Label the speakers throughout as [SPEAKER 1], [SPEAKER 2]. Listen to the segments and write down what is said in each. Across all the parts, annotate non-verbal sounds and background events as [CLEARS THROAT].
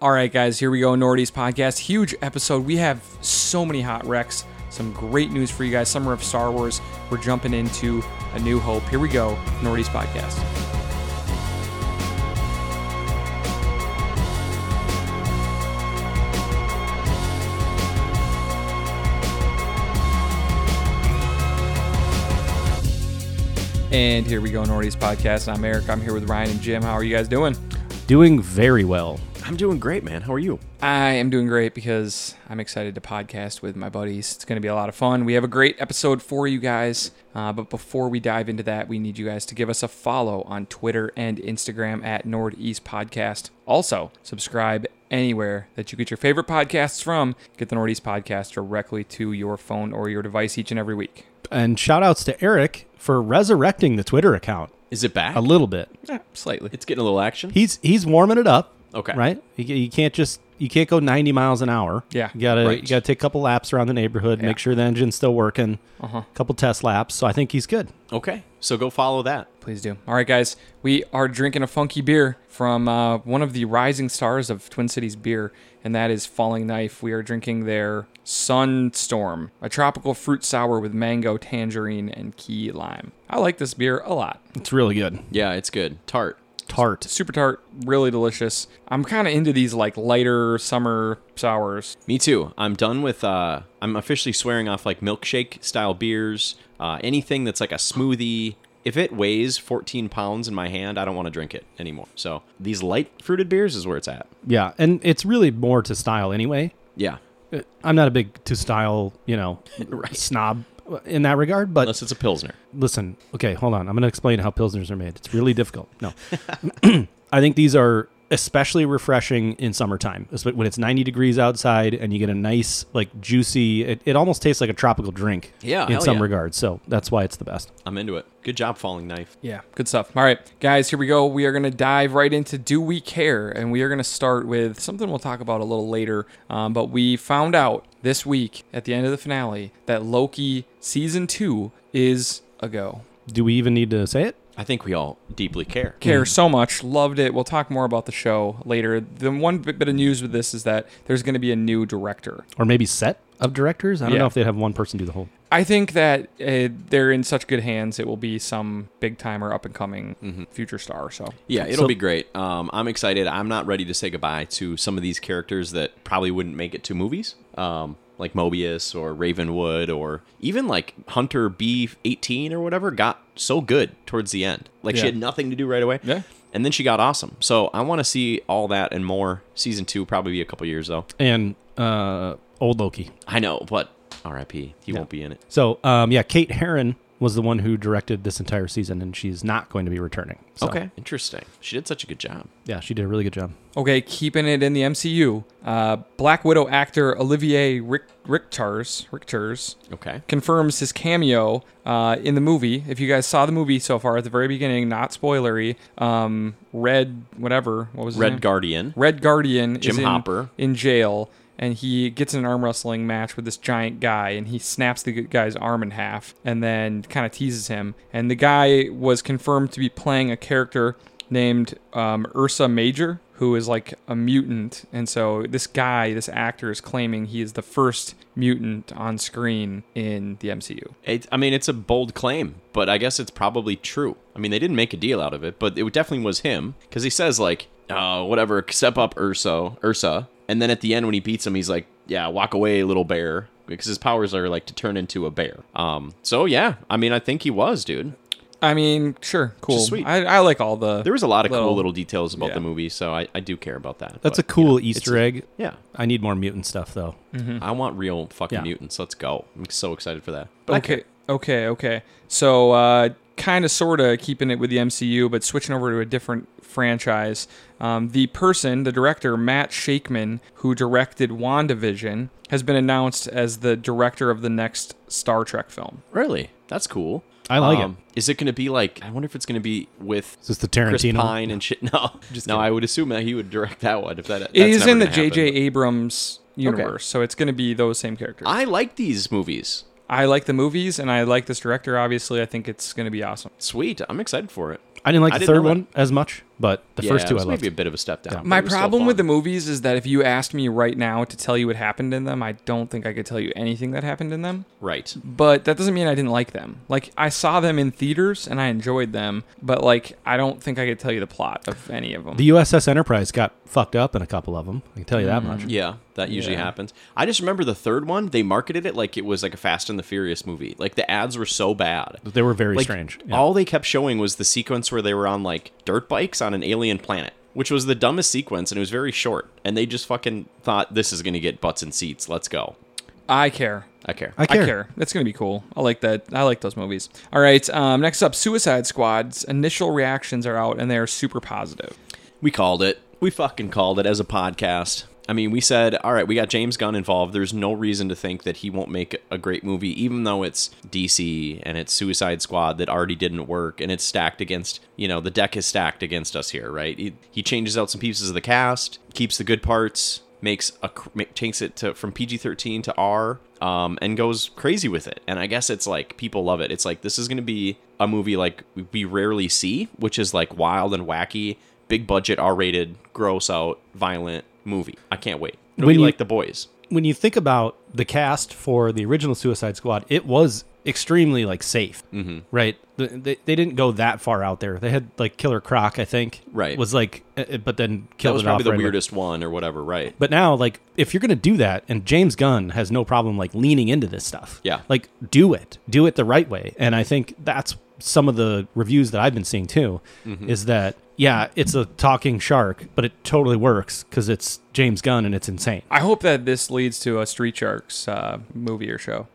[SPEAKER 1] All right, guys, here we go. Nordy's podcast, huge episode. We have so many hot wrecks, some great news for you guys. Summer of Star Wars. We're jumping into A New Hope. Here we go. Nordy's podcast. And here we go, Nordy's podcast. I'm Eric. I'm here with Ryan and Jim. How are you guys doing?
[SPEAKER 2] Doing very well.
[SPEAKER 3] I'm doing great, man. How are you?
[SPEAKER 1] I am doing great because I'm excited to podcast with my buddies. It's going to be a lot of fun. We have a great episode for you guys. Uh, but before we dive into that, we need you guys to give us a follow on Twitter and Instagram at Nordeast Podcast. Also, subscribe anywhere that you get your favorite podcasts from. Get the Nordeast Podcast directly to your phone or your device each and every week.
[SPEAKER 2] And shout outs to Eric for resurrecting the Twitter account
[SPEAKER 3] Is it back?
[SPEAKER 2] a little bit.
[SPEAKER 1] Yeah, slightly.
[SPEAKER 3] it's getting a little action.
[SPEAKER 2] He's he's warming it up.
[SPEAKER 3] Okay.
[SPEAKER 2] Right? You, ca- you can't just you can't go 90 miles an hour.
[SPEAKER 1] Yeah,
[SPEAKER 2] You got to
[SPEAKER 3] right.
[SPEAKER 2] you got to take a couple laps around the neighborhood,
[SPEAKER 1] Yeah.
[SPEAKER 2] make sure the engine's still working.
[SPEAKER 1] Uh-huh.
[SPEAKER 2] couple test laps. So I think he's good.
[SPEAKER 3] okay. So go follow that.
[SPEAKER 1] Please do. All right, guys, we are drinking a funky beer from uh, one of the rising stars of Twin Cities beer, and that is Falling Knife. We are drinking their Sunstorm, a tropical fruit sour with mango, tangerine, and key lime. I like this beer a lot.
[SPEAKER 2] It's really good.
[SPEAKER 3] Yeah, it's good. Tart.
[SPEAKER 2] Tart.
[SPEAKER 1] Super tart, really delicious. I'm kind of into these like lighter summer sours.
[SPEAKER 3] Me too. I'm done with. uh I'm officially swearing off like milkshake style beers. Uh, anything that's like a smoothie. If it weighs 14 pounds in my hand, I don't want to drink it anymore. So these light fruited beers is where it's at.
[SPEAKER 2] Yeah, and it's really more to style anyway.
[SPEAKER 3] Yeah.
[SPEAKER 2] Uh, I'm not a big to style, you know,
[SPEAKER 3] [LAUGHS] Right.
[SPEAKER 2] snob in that regard, but
[SPEAKER 3] Unless it's a pilsner.
[SPEAKER 2] listen, okay, hold on. I'm going to explain how pilsners are made. It's really difficult. No. [CLEARS THROAT] I think these are especially refreshing in summertime, espe- when it's 90 degrees outside and you get a nice, like, juicy, it, it almost tastes like a tropical drink
[SPEAKER 3] Yeah,
[SPEAKER 2] in
[SPEAKER 3] hell
[SPEAKER 2] some
[SPEAKER 3] yeah.
[SPEAKER 2] regards. So that's why it's the best.
[SPEAKER 3] I'm into it. Good job, falling knife.
[SPEAKER 1] Yeah, good stuff. All right, guys, here we go. We are going to dive right into Do We Care? And we are going to start with something we'll talk about a little later. Um, but we found out this week at the end of the finale that Loki season two is a go.
[SPEAKER 2] Do we even need to say it?
[SPEAKER 3] I think we all deeply care.
[SPEAKER 1] Care so much, loved it. We'll talk more about the show later. The one bit bit of news with this is that there's going to be a new director.
[SPEAKER 2] Or maybe set of directors? I don't
[SPEAKER 1] Yeah.
[SPEAKER 2] know if they'd have one person do the whole.
[SPEAKER 1] I think that uh, they're in such good hands. It will be some big time or up and coming future star. So
[SPEAKER 3] Yeah, it'll
[SPEAKER 2] So-
[SPEAKER 3] be great. Um, I'm excited. I'm not ready to say goodbye to some of these characters that probably wouldn't make it to movies, um, like Mobius or Ravenwood or even like Hunter B18 or whatever got so good towards the end. Like
[SPEAKER 1] Yeah.
[SPEAKER 3] she had nothing to do right away.
[SPEAKER 1] Yeah.
[SPEAKER 3] And then she got awesome. So I want to see all that and more. Season two probably be a couple years though.
[SPEAKER 2] And uh, old Loki.
[SPEAKER 3] I know, but R.I.P. He won't be in it.
[SPEAKER 2] So, um, yeah, Kate Herron was the one who directed this entire season, and she's not going to be returning. So,
[SPEAKER 3] Okay, interesting. She did such a good job.
[SPEAKER 2] Yeah, she did a really good job.
[SPEAKER 1] Okay, keeping it in the MCU, uh, Black Widow actor Olivier Rick- Richters, Richters
[SPEAKER 3] Okay.
[SPEAKER 1] confirms his cameo uh, in the movie. If you guys saw the movie so far at the very beginning, not spoilery, um, Red, whatever, what was his name?
[SPEAKER 3] Red Guardian.
[SPEAKER 1] Red Guardian
[SPEAKER 3] Jim
[SPEAKER 1] is in,
[SPEAKER 3] Hopper.
[SPEAKER 1] in jail, and he gets in an arm wrestling match with this giant guy, and he snaps the guy's arm in half, and then kind of teases him. And the guy was confirmed to be playing a character named um, Ursa Major, who is like a mutant. And so this guy, this actor, is claiming he is the first mutant on screen in the MCU.
[SPEAKER 3] It, I mean, it's a bold claim, but I guess it's probably true. I mean, they didn't make a deal out of it, but it definitely was him because he says like, "Oh, whatever, step up, Urso, Ursa," and then at the end when he beats him, he's like, "Yeah, walk away, little bear," because his powers are like to turn into a bear. Um, so yeah, I mean, I think he was, dude.
[SPEAKER 1] I mean, sure, cool.
[SPEAKER 3] sweet.
[SPEAKER 1] I, I like all the.
[SPEAKER 3] There was a lot of
[SPEAKER 1] Little-
[SPEAKER 3] cool little details about
[SPEAKER 1] yeah.
[SPEAKER 3] the movie, so I, I do care about that.
[SPEAKER 2] That's
[SPEAKER 3] but,
[SPEAKER 2] a cool
[SPEAKER 3] you know,
[SPEAKER 2] Easter
[SPEAKER 3] it's-
[SPEAKER 2] egg.
[SPEAKER 3] Yeah,
[SPEAKER 2] I need more mutant stuff though.
[SPEAKER 1] Mm-hmm.
[SPEAKER 3] I want real fucking
[SPEAKER 2] Yeah.
[SPEAKER 3] mutants. Let's go! I'm so excited for that. But I care.
[SPEAKER 1] Okay, okay, okay. So, uh, kind of, sort of keeping it with the MCU, but switching over to a different franchise. Um, the person, the director, Matt Shakeman, who directed WandaVision, has been announced as the director of the next Star Trek film.
[SPEAKER 3] really, that's cool.
[SPEAKER 2] [LAUGHS] I like it.
[SPEAKER 3] it. Um, Is it going to be like? I wonder if it's going to be with
[SPEAKER 2] Is this the
[SPEAKER 3] Chris
[SPEAKER 2] Tarantino?
[SPEAKER 3] Pine and shit. [LAUGHS]
[SPEAKER 2] [LAUGHS]
[SPEAKER 3] No, no. I would assume that he would direct that one. If that
[SPEAKER 1] It is
[SPEAKER 3] that's
[SPEAKER 1] in
[SPEAKER 3] never
[SPEAKER 1] the
[SPEAKER 3] gonna
[SPEAKER 1] J.J.
[SPEAKER 3] happen,
[SPEAKER 1] Abrams universe, so it's going to be those same characters.
[SPEAKER 3] but- I like these movies.
[SPEAKER 1] I like the movies, and I like this director. Obviously, I think it's going to be awesome.
[SPEAKER 3] Sweet. I'm excited for it.
[SPEAKER 2] I didn't like
[SPEAKER 3] I
[SPEAKER 2] the
[SPEAKER 3] didn't
[SPEAKER 2] third
[SPEAKER 3] know that.
[SPEAKER 2] one as much, But the
[SPEAKER 3] Yeah,
[SPEAKER 2] first two I
[SPEAKER 3] it was
[SPEAKER 2] loved.
[SPEAKER 3] maybe a bit of a step down. but
[SPEAKER 1] My
[SPEAKER 3] it was still
[SPEAKER 1] problem with the
[SPEAKER 3] fun.
[SPEAKER 1] movies is that if you asked me right now to tell you what happened in them, I don't think I could tell you anything that happened in them.
[SPEAKER 3] right.
[SPEAKER 1] But that doesn't mean I didn't like them. Like I saw them in theaters and I enjoyed them, but like I don't think I could tell you the plot of any of them.
[SPEAKER 2] The USS Enterprise got fucked up in a couple of them. I can tell you that much.
[SPEAKER 3] Yeah, that usually
[SPEAKER 1] Yeah.
[SPEAKER 3] happens. I just remember the third one. They marketed it like it was like a Fast and the Furious movie. Like the ads were so bad.
[SPEAKER 2] They were very
[SPEAKER 3] Like,
[SPEAKER 2] strange. Yeah.
[SPEAKER 3] All they kept showing was the sequence where they were on like dirt bikes on an alien planet, which was the dumbest sequence and it was very short. And they just fucking thought this is gonna get butts and seats. Let's go.
[SPEAKER 1] I care.
[SPEAKER 3] I care.
[SPEAKER 2] I care.
[SPEAKER 1] I care. That's gonna be cool. I like that. I like those movies. All right. Um, next up, Suicide Squad's initial reactions are out and they are super positive.
[SPEAKER 3] We called it. We fucking called it as a podcast. I mean, we said, all right, we got James Gunn involved. There's no reason to think that he won't make a great movie, even though it's DC and it's Suicide Squad that already didn't work and it's stacked against, you know, the deck is stacked against us here, right? He, he changes out some pieces of the cast, keeps the good parts, makes a cr- ma- takes it to from PG-13 to R um, and goes crazy with it. And I guess it's like people love it. It's like this is going to be a movie like we rarely see, which is like wild and wacky, big budget, R-rated, gross out, violent movie. I can't wait. It'll
[SPEAKER 2] When
[SPEAKER 3] be
[SPEAKER 2] you-
[SPEAKER 3] like The Boys.
[SPEAKER 2] when you think about the cast for the original Suicide Squad, it was extremely like safe, mm-hmm. right? Th- They, they didn't go that far out there. They had like Killer Croc, I think,
[SPEAKER 3] Right.
[SPEAKER 2] Was like, uh, uh, but then
[SPEAKER 3] That
[SPEAKER 2] killed
[SPEAKER 3] was
[SPEAKER 2] it off
[SPEAKER 3] probably the
[SPEAKER 2] right away.
[SPEAKER 3] weirdest one or whatever, right?
[SPEAKER 2] But now, like, if you're gonna do that, and James Gunn has no problem like leaning into this stuff,
[SPEAKER 3] Yeah.
[SPEAKER 2] like do it, do it the right way. And I think that's some of the reviews that I've been seeing too,
[SPEAKER 3] Mm-hmm.
[SPEAKER 2] is that yeah, it's a talking shark, but it totally works because it's James Gunn and it's insane.
[SPEAKER 1] I hope that this leads to a Street Sharks uh, movie or show.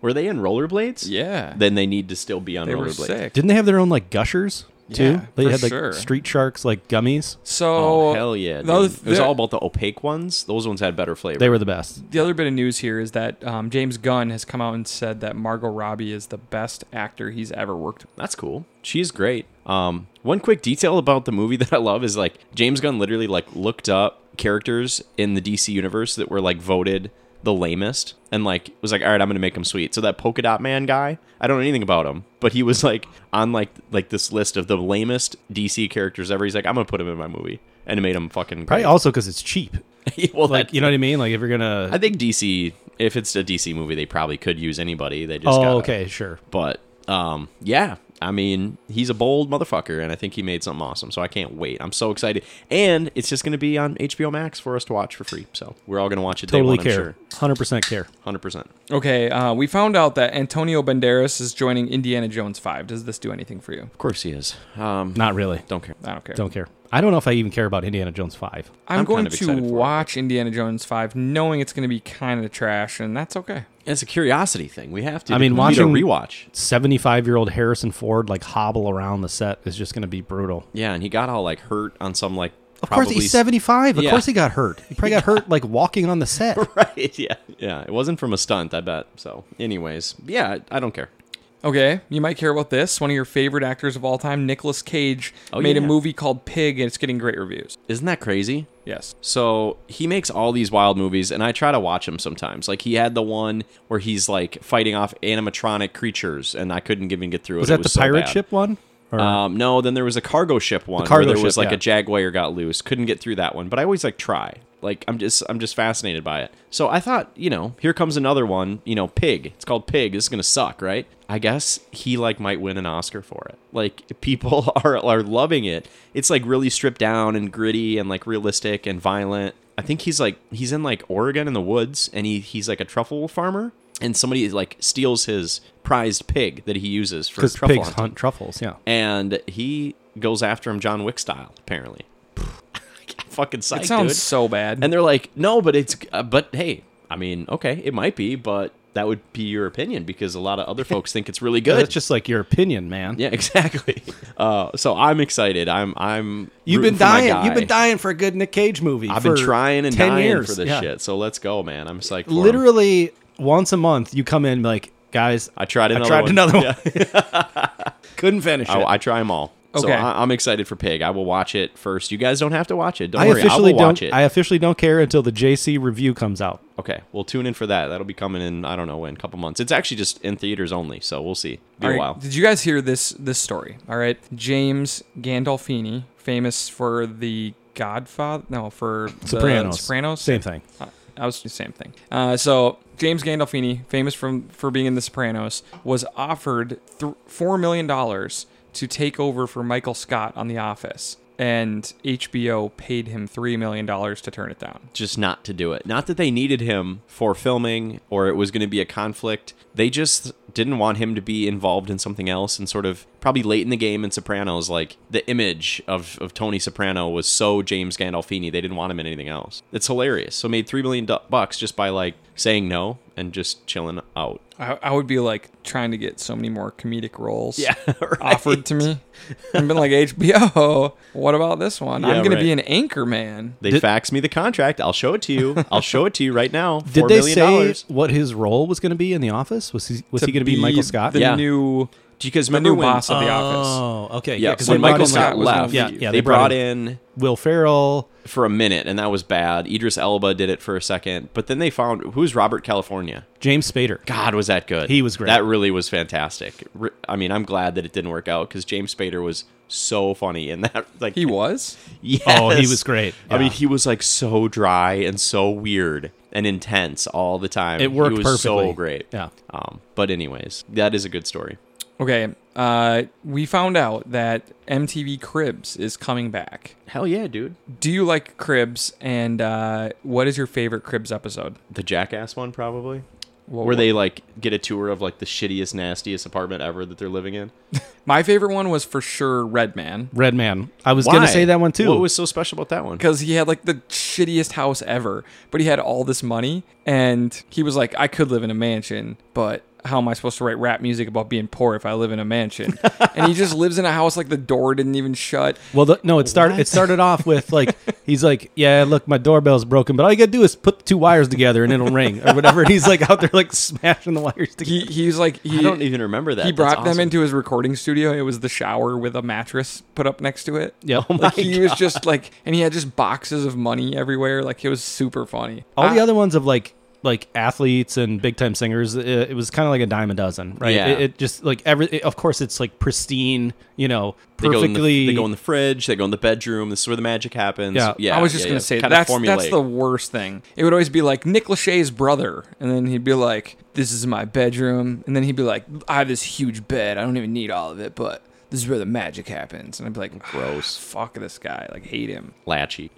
[SPEAKER 3] Were they in rollerblades?
[SPEAKER 1] Yeah.
[SPEAKER 3] Then they need to still be on
[SPEAKER 1] They were
[SPEAKER 3] rollerblades.
[SPEAKER 1] sick.
[SPEAKER 2] Didn't they have their own like gushers too?
[SPEAKER 1] Yeah,
[SPEAKER 2] they
[SPEAKER 1] for
[SPEAKER 2] had like
[SPEAKER 1] sure.
[SPEAKER 2] street sharks like gummies.
[SPEAKER 1] So
[SPEAKER 3] Oh, hell yeah. dude.
[SPEAKER 1] those-
[SPEAKER 3] it was
[SPEAKER 1] they're-
[SPEAKER 3] all about the opaque ones. Those ones had better flavor.
[SPEAKER 2] They were the best.
[SPEAKER 1] The other bit of news here is that um, James Gunn has come out and said that Margot Robbie is the best actor he's ever worked with.
[SPEAKER 3] That's cool. She's great. Um, one quick detail about the movie [LAUGHS] that I love is like James Gunn literally like looked up characters in the DC universe that were like voted the lamest and like was like all right I'm going to make him sweet. So that polka dot man guy, I don't know anything about him, but he was like on like like this list of the lamest DC characters ever. He's like I'm going to put him in my movie and it made him fucking
[SPEAKER 2] Probably
[SPEAKER 3] great.
[SPEAKER 2] also because it's cheap.
[SPEAKER 3] [LAUGHS] well,
[SPEAKER 2] Like
[SPEAKER 3] like
[SPEAKER 2] you know what I mean? Like if you're gonna,
[SPEAKER 3] [LAUGHS] I think DC if it's a DC movie they probably could use anybody. They just
[SPEAKER 2] oh
[SPEAKER 3] gotta-
[SPEAKER 2] okay, sure.
[SPEAKER 3] but um, yeah, I mean, he's a bold motherfucker, and I think he made something awesome. So I can't wait. I'm so excited, and it's just going to be on HBO Max for us to watch for free. So we're all going to watch it.
[SPEAKER 2] Totally
[SPEAKER 3] day one,
[SPEAKER 2] care. Hundred percent care.
[SPEAKER 3] Hundred percent.
[SPEAKER 1] Okay, uh, we found out that Antonio Banderas is joining Indiana Jones 5. Does this do anything for you?
[SPEAKER 3] Of course he is. Um,
[SPEAKER 2] Not really.
[SPEAKER 3] don't care.
[SPEAKER 1] I don't care.
[SPEAKER 2] Don't care. I don't know if I even care about Indiana Jones Five.
[SPEAKER 1] I'm,
[SPEAKER 3] I'm
[SPEAKER 1] going
[SPEAKER 3] kind of
[SPEAKER 1] to
[SPEAKER 3] excited for it.
[SPEAKER 1] watch Indiana Jones 5 knowing it's going to be kind of trash, and that's okay.
[SPEAKER 3] It's a curiosity thing. We have to.
[SPEAKER 2] I mean,
[SPEAKER 3] we need
[SPEAKER 2] watching-
[SPEAKER 3] a rewatch.
[SPEAKER 2] Seventy-five-year-old Harrison Ford like hobble around the set is just gonna be brutal.
[SPEAKER 3] Yeah, and he got all like hurt on some like.
[SPEAKER 2] Of
[SPEAKER 3] probably
[SPEAKER 2] course, he's seventy-five. Of
[SPEAKER 3] Yeah.
[SPEAKER 2] course, he got hurt. He probably got hurt like walking on the
[SPEAKER 3] [LAUGHS]
[SPEAKER 2] set.
[SPEAKER 3] [LAUGHS] Right. Yeah. Yeah. It wasn't from a stunt, I bet. So, anyways, yeah, I I don't care.
[SPEAKER 1] Okay, you might care about this. One of your favorite actors of all time, Nicolas Cage,
[SPEAKER 3] Oh,
[SPEAKER 1] made a
[SPEAKER 3] yeah.
[SPEAKER 1] movie called Pig, and it's getting great reviews.
[SPEAKER 3] Isn't that crazy?
[SPEAKER 1] Yes.
[SPEAKER 3] So he makes all these wild movies, and I try to watch him sometimes. Like he had the one where he's like fighting off animatronic creatures, and I couldn't even get through
[SPEAKER 2] Was that
[SPEAKER 3] it. it
[SPEAKER 2] the
[SPEAKER 3] was so
[SPEAKER 2] pirate
[SPEAKER 3] bad.
[SPEAKER 2] ship one? Or-
[SPEAKER 3] Um, no, then there was a cargo ship one
[SPEAKER 2] cargo
[SPEAKER 3] where there was
[SPEAKER 2] ship,
[SPEAKER 3] like
[SPEAKER 2] yeah.
[SPEAKER 3] a jaguar got loose. Couldn't get through that one, but I always like try. Like I'm just I'm just fascinated by it. So I thought, you know, here comes another one. You know, Pig. It's called Pig. This is gonna suck, right? I guess he like might win an Oscar for it. Like [LAUGHS] people are are loving it. It's like really stripped down and gritty and like realistic and violent. I think he's like he's in like Oregon in the woods and he he's like a truffle farmer and somebody like steals his prized pig that he uses for
[SPEAKER 2] because
[SPEAKER 3] truffle
[SPEAKER 2] pigs
[SPEAKER 3] hunting
[SPEAKER 2] hunt truffles. Yeah.
[SPEAKER 3] and he goes after him John Wick style, apparently. [LAUGHS] Fucking psych,
[SPEAKER 1] It sounds
[SPEAKER 3] dude.
[SPEAKER 1] so bad.
[SPEAKER 3] and they're like, no, but it's, uh, but hey, I mean, okay, it might be, but that would be your opinion because a lot of other folks think it's
[SPEAKER 2] [LAUGHS]
[SPEAKER 3] really
[SPEAKER 2] But
[SPEAKER 3] good.
[SPEAKER 2] That's just like your opinion, man.
[SPEAKER 3] yeah, [LAUGHS] exactly. Uh, so I'm excited. I'm, I'm.
[SPEAKER 2] You've been
[SPEAKER 3] rooting for my
[SPEAKER 2] dying.
[SPEAKER 3] guy.
[SPEAKER 2] You've been dying for a good Nick Cage movie.
[SPEAKER 3] I've been
[SPEAKER 2] for
[SPEAKER 3] trying and
[SPEAKER 2] 10
[SPEAKER 3] dying
[SPEAKER 2] years.
[SPEAKER 3] for this
[SPEAKER 2] Yeah.
[SPEAKER 3] shit. So let's go, man. I'm psyched. For him.
[SPEAKER 2] Literally once a month, you come in and be like, guys,
[SPEAKER 3] I tried another
[SPEAKER 2] I tried
[SPEAKER 3] one.
[SPEAKER 2] another one. [LAUGHS] Couldn't finish it.
[SPEAKER 3] I, I try them all. So
[SPEAKER 1] Okay.
[SPEAKER 3] I, I'm excited for Pig. I will watch it first. You guys don't have to watch it. Don't
[SPEAKER 2] I
[SPEAKER 3] worry. I
[SPEAKER 2] officially
[SPEAKER 3] will
[SPEAKER 2] don't.
[SPEAKER 3] watch it.
[SPEAKER 2] I officially don't care until the JC review comes out.
[SPEAKER 3] Okay, we'll tune in for that. That'll be coming in. I don't know when. couple months. It's actually just in theaters only, so we'll see.
[SPEAKER 1] All
[SPEAKER 3] Be a
[SPEAKER 1] right,
[SPEAKER 3] while.
[SPEAKER 1] Did you guys hear this this story? All right, James Gandolfini, famous for The Godfather, no, for The
[SPEAKER 2] Sopranos.
[SPEAKER 1] Sopranos.
[SPEAKER 2] Same thing.
[SPEAKER 1] Uh, I was the same thing. Uh, so James Gandolfini, famous from for being in The Sopranos, was offered th- four million dollars to take over for Michael Scott on The Office, and HBO paid him three million dollars to turn it down.
[SPEAKER 3] Just not to do it. Not that they needed him for filming or it was going to be a conflict. They just didn't want him to be involved in something else and sort of probably late in the game in Sopranos, like the image of, of Tony Soprano was so James Gandolfini. They didn't want him in anything else. It's hilarious. So made three million du- bucks just by like saying no and just chilling out. [LAUGHS]
[SPEAKER 1] I, I would be like trying to get so many more comedic roles.
[SPEAKER 3] Yeah, right.
[SPEAKER 1] [LAUGHS] offered to me. I've been like HBO. What about this one?
[SPEAKER 3] Yeah,
[SPEAKER 1] I'm gonna be
[SPEAKER 3] right.
[SPEAKER 1] an anchor man.
[SPEAKER 3] They
[SPEAKER 2] Did-
[SPEAKER 3] fax me the contract. I'll show it to you. I'll show it to you right
[SPEAKER 2] [LAUGHS]
[SPEAKER 3] now.
[SPEAKER 2] Did
[SPEAKER 3] Four
[SPEAKER 2] they
[SPEAKER 3] million
[SPEAKER 2] say
[SPEAKER 3] dollars.
[SPEAKER 2] what his role was going to be in the office? Was he was he going to be, Michael Scott?
[SPEAKER 1] The
[SPEAKER 3] Yeah.
[SPEAKER 1] new
[SPEAKER 3] Because
[SPEAKER 1] the
[SPEAKER 3] remember
[SPEAKER 1] new
[SPEAKER 3] when,
[SPEAKER 1] boss of the office.
[SPEAKER 2] Oh, okay.
[SPEAKER 3] Yeah,
[SPEAKER 2] because
[SPEAKER 3] when
[SPEAKER 1] brought
[SPEAKER 3] Michael
[SPEAKER 1] in, like,
[SPEAKER 3] Scott
[SPEAKER 1] was
[SPEAKER 3] left,
[SPEAKER 1] gonna
[SPEAKER 2] yeah, yeah,
[SPEAKER 3] they, brought in
[SPEAKER 2] Will Ferrell.
[SPEAKER 3] for a minute, and that was bad. Idris Elba did it for a second, but then they found who's Robert California.
[SPEAKER 2] James Spader.
[SPEAKER 3] God, was that good?
[SPEAKER 2] He was great.
[SPEAKER 3] That really was fantastic. Re- I mean, I'm glad that it didn't work out because James Spader was so funny in that. Like,
[SPEAKER 1] He was.
[SPEAKER 3] yes.
[SPEAKER 2] Oh, he was great.
[SPEAKER 3] I mean,
[SPEAKER 2] Yeah.
[SPEAKER 3] he was like so dry and so weird and intense all the time.
[SPEAKER 2] It worked
[SPEAKER 3] He was so
[SPEAKER 2] perfectly.
[SPEAKER 3] great.
[SPEAKER 2] Yeah.
[SPEAKER 3] Um, but anyways, that is a good story.
[SPEAKER 1] Okay. Uh, we found out that MTV Cribs is coming back.
[SPEAKER 3] Hell yeah, dude.
[SPEAKER 1] Do you like Cribs? And uh, what is your favorite Cribs episode?
[SPEAKER 3] The Jackass one, probably.
[SPEAKER 1] What-
[SPEAKER 3] Where they like get a tour of like the shittiest, nastiest apartment ever that they're living in.
[SPEAKER 1] My favorite one was for sure Red Man
[SPEAKER 2] Red Man. I was going to say that one too.
[SPEAKER 3] What was so special about that one?
[SPEAKER 1] because he had like the shittiest house ever, but he had all this money and he was like, I could live in a mansion, but how am I supposed to write rap music about being poor if I live in a
[SPEAKER 3] [LAUGHS]
[SPEAKER 1] mansion? and he just lives in a house like the door didn't even shut.
[SPEAKER 2] well, the, no, it started. It started off with
[SPEAKER 3] [LAUGHS]
[SPEAKER 2] like he's like, yeah, look, my doorbell's broken, but all you got to do is put the two wires together and it'll ring or whatever. And he's like out there like [LAUGHS] smashing the wires together.
[SPEAKER 1] He he's like he
[SPEAKER 3] I don't even remember that.
[SPEAKER 1] he
[SPEAKER 3] That's
[SPEAKER 1] brought them
[SPEAKER 3] awesome.
[SPEAKER 1] into his recording studio. It was the shower with a mattress put up next to
[SPEAKER 3] [LAUGHS]
[SPEAKER 1] it.
[SPEAKER 2] Yeah. Oh
[SPEAKER 1] Like he was just like, and he had just boxes of money everywhere. Like it was super funny.
[SPEAKER 2] All the
[SPEAKER 1] I-
[SPEAKER 2] other ones of like like athletes and big time singers, it, it was kind of like a dime a dozen, right?
[SPEAKER 3] Yeah.
[SPEAKER 2] It, it just like every. it- of course, it's like pristine, you know,
[SPEAKER 3] They go, in
[SPEAKER 2] perfectly.
[SPEAKER 3] the, they go in the fridge. They go in the bedroom. This is where the magic happens.
[SPEAKER 2] Yeah.
[SPEAKER 3] yeah
[SPEAKER 1] I was just
[SPEAKER 3] yeah,
[SPEAKER 1] gonna
[SPEAKER 3] yeah.
[SPEAKER 1] say
[SPEAKER 3] Kinda
[SPEAKER 1] that's that's
[SPEAKER 3] formulaic.
[SPEAKER 1] the worst thing. It would always be like Nick Lachey's brother, and then he'd be like, "This is my bedroom," and then he'd be like, "I have this huge bed. I don't even need all of it, but this is where the magic happens." And I'd be like, "Ah,
[SPEAKER 3] Gross.
[SPEAKER 1] fuck this guy. Like, hate him." [LAUGHS]
[SPEAKER 3] Latchy.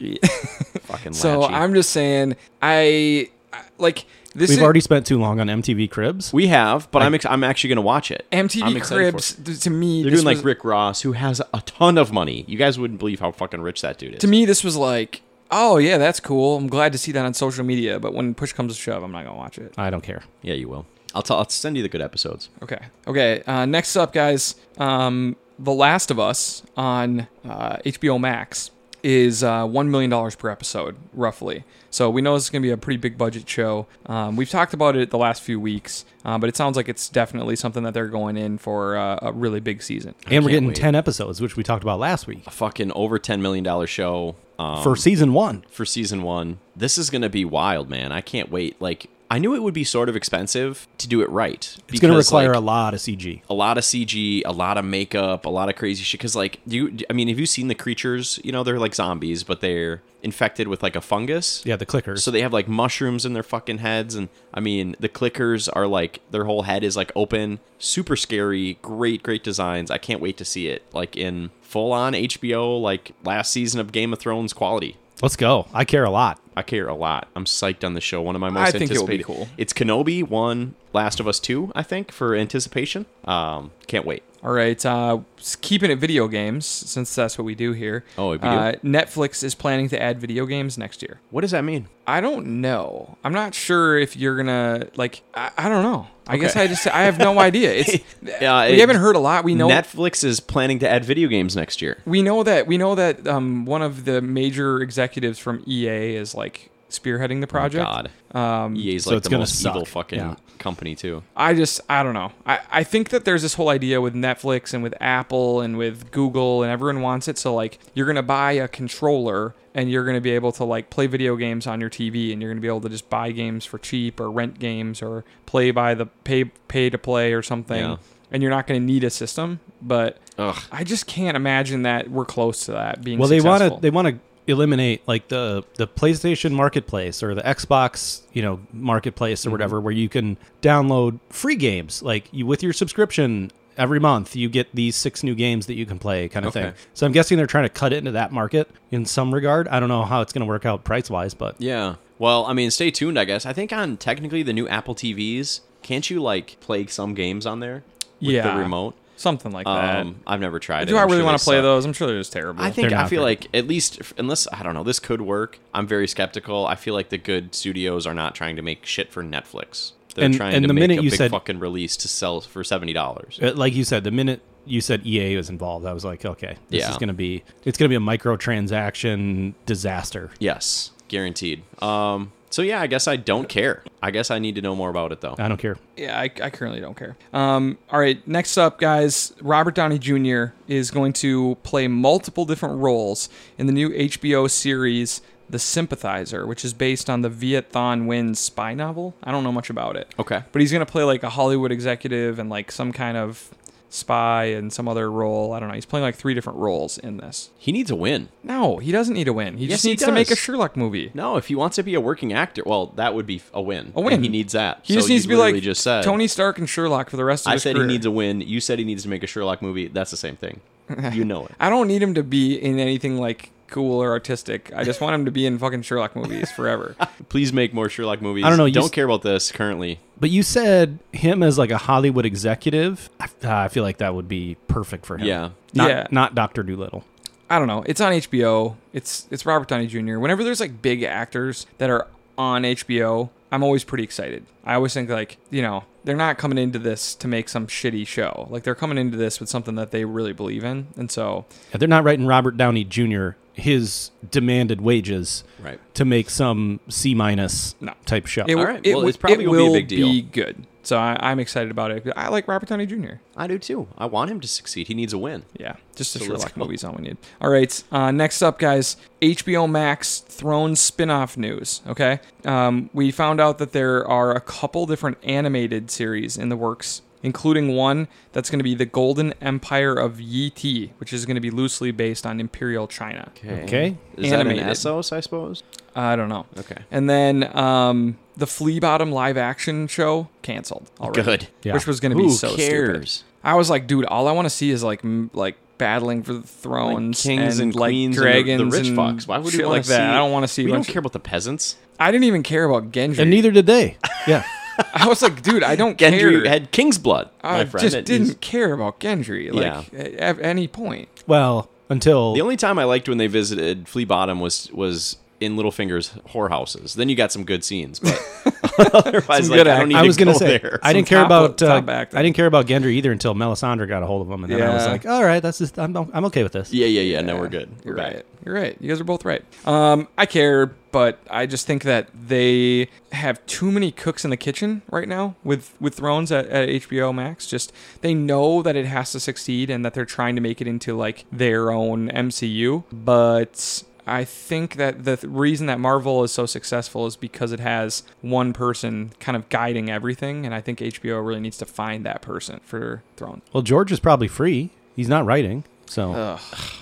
[SPEAKER 3] Fucking
[SPEAKER 1] So
[SPEAKER 3] latchy.
[SPEAKER 1] I'm just saying, I I- like this.
[SPEAKER 2] We've
[SPEAKER 1] is,
[SPEAKER 2] already spent too long on MTV Cribs.
[SPEAKER 3] we have, but I, am ex- I'm actually gonna watch it. I'm
[SPEAKER 1] MTV
[SPEAKER 3] excited for
[SPEAKER 1] Cribs
[SPEAKER 3] it.
[SPEAKER 1] th- to me.
[SPEAKER 3] They're
[SPEAKER 1] this
[SPEAKER 3] doing like
[SPEAKER 1] was-
[SPEAKER 3] Rick Ross, who has a ton of money. You guys wouldn't believe how fucking rich that dude is.
[SPEAKER 1] to me, this was like, oh yeah, that's cool. I'm glad to see that on social media, but when push comes to shove, I'm not gonna watch it.
[SPEAKER 2] I don't care.
[SPEAKER 3] yeah, you will. I'll tell. I'll send you the good episodes.
[SPEAKER 1] Okay. Okay. Uh, next up, guys, um, The Last of Us on uh, HBO Max is uh, $1 million per episode, roughly. So we know this is going to be a pretty big budget show. Um, we've talked about it the last few weeks, uh, but it sounds like it's definitely something that they're going in for uh, a really big season.
[SPEAKER 2] And we're
[SPEAKER 3] can't
[SPEAKER 2] getting
[SPEAKER 3] wait.
[SPEAKER 2] ten episodes, which we talked about last week
[SPEAKER 3] A fucking over ten million dollar show. Um,
[SPEAKER 2] for season one.
[SPEAKER 3] for season one. This is gonna be wild, man. I can't wait. Like I knew it would be sort of expensive to do it right.
[SPEAKER 2] It's going to require a lot of CG.
[SPEAKER 3] a lot of CG, a lot of makeup, a lot of crazy shit. Because like you, I mean, have you seen the creatures? You know, they're like zombies, but they're infected with like a fungus.
[SPEAKER 2] Yeah, the clickers.
[SPEAKER 3] So they have like mushrooms in their fucking heads, and I mean, the clickers are like their whole head is like open. Super scary. Great, great designs. I can't wait to see it. Like in full on HBO, like last season of Game of Thrones quality.
[SPEAKER 2] Let's go. I care a lot.
[SPEAKER 3] I care a lot. I'm psyched on the show. One of my most
[SPEAKER 1] I think it will be
[SPEAKER 3] anticipated.
[SPEAKER 1] cool.
[SPEAKER 3] It's Kenobi one, Last of Us two. I think for anticipation. Um, can't wait.
[SPEAKER 1] All right, uh, s- keeping it video games since that's what we do here.
[SPEAKER 3] Oh, we do?
[SPEAKER 1] uh, Netflix is planning to add video games next year.
[SPEAKER 3] What does that mean?
[SPEAKER 1] I don't know. I'm not sure if you're gonna like. I, I don't know. I guess I just I have no idea. It's
[SPEAKER 3] [LAUGHS] Yeah,
[SPEAKER 1] we
[SPEAKER 3] it-
[SPEAKER 1] haven't heard a lot. We know
[SPEAKER 3] Uh, Netflix is planning to add video games next year.
[SPEAKER 1] we know that we know that um, one of the major executives from EA is like spearheading
[SPEAKER 3] Oh
[SPEAKER 1] the project.
[SPEAKER 3] God. Um, EA's
[SPEAKER 2] So
[SPEAKER 3] like
[SPEAKER 2] it's
[SPEAKER 3] the
[SPEAKER 2] gonna
[SPEAKER 3] most evil
[SPEAKER 2] suck.
[SPEAKER 3] fucking
[SPEAKER 2] Yeah.
[SPEAKER 3] company too.
[SPEAKER 1] I just I don't know. I, I think that there's this whole idea with Netflix and with Apple and with Google and everyone wants it. So like you're gonna buy a controller and you're gonna be able to like play video games on your TV and you're gonna be able to just buy games for cheap or rent games or play by the pay pay to play or something.
[SPEAKER 3] Yeah.
[SPEAKER 1] And you're not gonna need a system. But
[SPEAKER 3] Ugh.
[SPEAKER 1] I just can't imagine that we're close to that being
[SPEAKER 2] well, they
[SPEAKER 1] successful.
[SPEAKER 2] want to they want to eliminate like the the PlayStation Marketplace or the Xbox you know Marketplace or whatever, where you can download free games like you with your subscription. Every month, you get these six new games that you can play, kind of
[SPEAKER 3] Okay.
[SPEAKER 2] thing. So I'm guessing they're trying to cut it into that market in some regard. I don't know how it's going to work out price wise, but
[SPEAKER 3] Yeah. Well, I mean, stay tuned. I guess I think on technically the new Apple TVs, can't you like play some games on there with
[SPEAKER 1] Yeah.
[SPEAKER 3] the remote?
[SPEAKER 1] something like that.
[SPEAKER 3] Um, I've never tried.
[SPEAKER 1] Do
[SPEAKER 3] it.
[SPEAKER 1] I
[SPEAKER 3] I'm
[SPEAKER 1] really
[SPEAKER 3] sure
[SPEAKER 1] want
[SPEAKER 3] they
[SPEAKER 1] to play
[SPEAKER 3] suck.
[SPEAKER 1] those? I'm sure they're just terrible.
[SPEAKER 3] I think
[SPEAKER 2] They're
[SPEAKER 3] I
[SPEAKER 2] not
[SPEAKER 3] feel
[SPEAKER 2] great.
[SPEAKER 3] like at least f- unless I don't know, this could work. I'm very skeptical. I feel like the good studios are not trying to make shit for Netflix. They're
[SPEAKER 2] And-
[SPEAKER 3] trying
[SPEAKER 2] and
[SPEAKER 3] to
[SPEAKER 2] the
[SPEAKER 3] make
[SPEAKER 2] minute
[SPEAKER 3] a
[SPEAKER 2] you
[SPEAKER 3] big
[SPEAKER 2] said-
[SPEAKER 3] fucking release to sell for seventy dollars.
[SPEAKER 2] uh, like you said, the minute you said EA was involved, I was like, okay, this
[SPEAKER 3] Yeah.
[SPEAKER 2] is going to be it's going to be a microtransaction disaster.
[SPEAKER 3] Yes, guaranteed. Um, so yeah, I guess I don't care. I guess I need to know more about it though.
[SPEAKER 2] I don't care.
[SPEAKER 1] Yeah, I, I currently don't care. Um, all right, next up, guys, Robert Downey Jr. is going to play multiple different roles in the new HBO series The Sympathizer, which is based on the Viet Thanh Nguyen spy novel. I don't know much about it.
[SPEAKER 3] Okay.
[SPEAKER 1] But he's going to play like a Hollywood executive and like some kind of spy and some other role. I don't know. He's playing like three different roles in this.
[SPEAKER 3] He needs a win.
[SPEAKER 1] No, he doesn't need to win. He
[SPEAKER 3] Yes,
[SPEAKER 1] just
[SPEAKER 3] he
[SPEAKER 1] needs to make a
[SPEAKER 3] does.
[SPEAKER 1] Sherlock movie.
[SPEAKER 3] No, if he wants to be a working actor, well, that would be a win.
[SPEAKER 1] A win.
[SPEAKER 3] And he needs that.
[SPEAKER 1] He
[SPEAKER 3] So
[SPEAKER 1] just
[SPEAKER 3] you
[SPEAKER 1] needs to be
[SPEAKER 3] literally
[SPEAKER 1] like
[SPEAKER 3] just said.
[SPEAKER 1] Tony Stark and Sherlock for the rest of
[SPEAKER 3] I
[SPEAKER 1] his
[SPEAKER 3] said
[SPEAKER 1] career.
[SPEAKER 3] he needs a win. You said he needs to make a Sherlock movie. That's the
[SPEAKER 1] [LAUGHS]
[SPEAKER 3] same thing. You know it.
[SPEAKER 1] I don't need him to be in anything like cool or artistic. I just want him to be in fucking Sherlock movies
[SPEAKER 3] [LAUGHS]
[SPEAKER 1] forever.
[SPEAKER 3] Please make more Sherlock movies.
[SPEAKER 2] I don't know, you
[SPEAKER 3] Don't
[SPEAKER 2] s-
[SPEAKER 3] care about this currently.
[SPEAKER 2] But you said him as like a Hollywood executive. I, uh, I feel like that would be perfect for him.
[SPEAKER 3] Yeah.
[SPEAKER 2] Not,
[SPEAKER 1] Yeah.
[SPEAKER 2] Not Doctor Doolittle.
[SPEAKER 1] I don't know. It's on HBO. It's it's Robert Downey Jr. Whenever there's like big actors that are on HBO, I'm always pretty excited. I always think like, you know, they're not coming into this to make some shitty show. Like they're coming into this with something that they really believe in. And so,
[SPEAKER 2] Yeah, they're not writing Robert Downey Jr. his demanded wages
[SPEAKER 3] Right.
[SPEAKER 2] to make some C minus
[SPEAKER 1] No.
[SPEAKER 2] type show.
[SPEAKER 1] it,
[SPEAKER 3] All
[SPEAKER 1] will
[SPEAKER 3] right.
[SPEAKER 1] it,
[SPEAKER 3] Well,
[SPEAKER 1] will-
[SPEAKER 3] it's probably
[SPEAKER 1] it
[SPEAKER 3] gonna be a
[SPEAKER 1] will
[SPEAKER 3] big deal.
[SPEAKER 1] be good. So I, I'm excited about it. I like Robert Downey Jr.
[SPEAKER 3] I do too. I want him to succeed. He needs a win.
[SPEAKER 1] Yeah, just the
[SPEAKER 3] So let's
[SPEAKER 1] Sherlock
[SPEAKER 3] go.
[SPEAKER 1] movies all we need. All right, uh, next up, guys, HBO Max Throne spin-off news. Okay, um, we found out that there are a couple different animated series in the works, including one that's going to be the Golden Empire of Yi Ti, which is going to be loosely based on Imperial China.
[SPEAKER 2] Okay.
[SPEAKER 3] Is
[SPEAKER 1] Animated.
[SPEAKER 3] that an Essos, I suppose?
[SPEAKER 1] I don't know.
[SPEAKER 3] Okay.
[SPEAKER 1] And then um, the Flea Bottom live action show canceled already.
[SPEAKER 3] Good.
[SPEAKER 2] Yeah.
[SPEAKER 1] Which was going to be
[SPEAKER 3] Who
[SPEAKER 1] so stupid.
[SPEAKER 3] cares?
[SPEAKER 1] I was like, dude, all I want to see is like m- like battling for the
[SPEAKER 3] Like
[SPEAKER 1] thrones,
[SPEAKER 3] kings and,
[SPEAKER 1] like
[SPEAKER 3] queens,
[SPEAKER 1] dragons,
[SPEAKER 3] and the- the, rich
[SPEAKER 1] and
[SPEAKER 3] fucks. Why would
[SPEAKER 1] shit
[SPEAKER 3] we
[SPEAKER 1] like
[SPEAKER 3] want to
[SPEAKER 1] that? I don't want
[SPEAKER 3] to
[SPEAKER 1] to see.
[SPEAKER 3] We don't
[SPEAKER 1] bunch of-
[SPEAKER 3] care about the peasants.
[SPEAKER 1] I didn't even care about Gendry.
[SPEAKER 2] And neither did
[SPEAKER 3] [LAUGHS]
[SPEAKER 2] they. Yeah.
[SPEAKER 1] [LAUGHS] I was like, dude, I don't
[SPEAKER 3] Gendry
[SPEAKER 1] care.
[SPEAKER 3] had king's blood.
[SPEAKER 1] I
[SPEAKER 3] my friend.
[SPEAKER 1] just
[SPEAKER 3] It-
[SPEAKER 1] didn't
[SPEAKER 3] he's-
[SPEAKER 1] care about Gendry, like at, at any point.
[SPEAKER 2] well, until
[SPEAKER 3] The only time I liked when they visited Flea Bottom was was in Littlefinger's whorehouses. Then you got some good scenes, but [LAUGHS]
[SPEAKER 1] [LAUGHS]
[SPEAKER 3] otherwise,
[SPEAKER 1] Some
[SPEAKER 3] like,
[SPEAKER 1] good
[SPEAKER 3] I don't
[SPEAKER 1] act-
[SPEAKER 3] need
[SPEAKER 2] I
[SPEAKER 3] to
[SPEAKER 2] was
[SPEAKER 3] go
[SPEAKER 2] gonna
[SPEAKER 3] [LAUGHS]
[SPEAKER 2] say
[SPEAKER 3] there.
[SPEAKER 2] I didn't
[SPEAKER 1] Some
[SPEAKER 2] care
[SPEAKER 1] top-
[SPEAKER 2] about uh,
[SPEAKER 1] top acting.
[SPEAKER 2] I didn't care about Gendry either until Melisandre got a hold of him, and then I was
[SPEAKER 1] Yeah.
[SPEAKER 2] like, all right, that's just, I'm I'm okay with this.
[SPEAKER 3] yeah, yeah, yeah. No, we're good. We're
[SPEAKER 1] You're
[SPEAKER 3] back.
[SPEAKER 1] right. You're right. You guys are both right. Um, I care, but I just think that they have too many cooks in the kitchen right now with with Thrones at, at HBO Max. Just they know that it has to succeed and that they're trying to make it into like their own MCU, but. I think that the th- reason that Marvel is so successful is because it has one person kind of guiding everything, and I think HBO really needs to find that person for Thrones.
[SPEAKER 2] Well, George is probably free. He's not writing, so.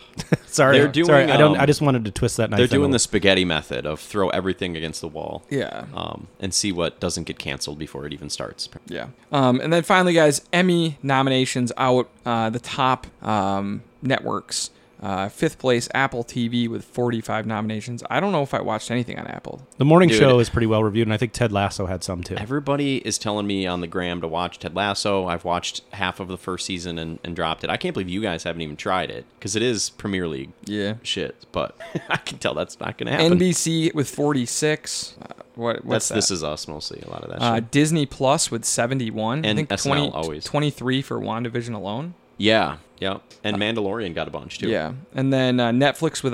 [SPEAKER 2] [LAUGHS] sorry,
[SPEAKER 3] They're doing,
[SPEAKER 2] sorry. I don't.
[SPEAKER 3] um,
[SPEAKER 2] I just wanted to twist that knife.
[SPEAKER 3] They're doing
[SPEAKER 2] angle.
[SPEAKER 3] the spaghetti method of throw everything against the wall,
[SPEAKER 1] Yeah,
[SPEAKER 3] um, and see what doesn't get canceled before it even starts.
[SPEAKER 1] Yeah. Um, and then finally, guys, Emmy nominations out. Uh, the top um, networks. Uh, fifth place, Apple TV with 45 nominations. I don't know if I watched anything on Apple.
[SPEAKER 2] The morning
[SPEAKER 3] Dude.
[SPEAKER 2] show is pretty well reviewed, and I think Ted Lasso had some too.
[SPEAKER 3] Everybody is telling me on the gram to watch Ted Lasso. I've watched half of the first season and, and dropped it. I can't believe you guys haven't even tried it because it is Premier League
[SPEAKER 1] Yeah.
[SPEAKER 3] shit. But [LAUGHS] I can tell that's not going to happen.
[SPEAKER 1] NBC with 46. Uh, what, what's
[SPEAKER 3] that's
[SPEAKER 1] that?
[SPEAKER 3] this is us mostly. A lot of that.
[SPEAKER 1] uh,
[SPEAKER 3] shit.
[SPEAKER 1] Disney Plus with 71. I
[SPEAKER 3] And
[SPEAKER 1] think
[SPEAKER 3] SNL always.
[SPEAKER 1] 23 for WandaVision alone.
[SPEAKER 3] Yeah, Yeah. And Mandalorian got a bunch too.
[SPEAKER 1] Yeah, and then uh, Netflix with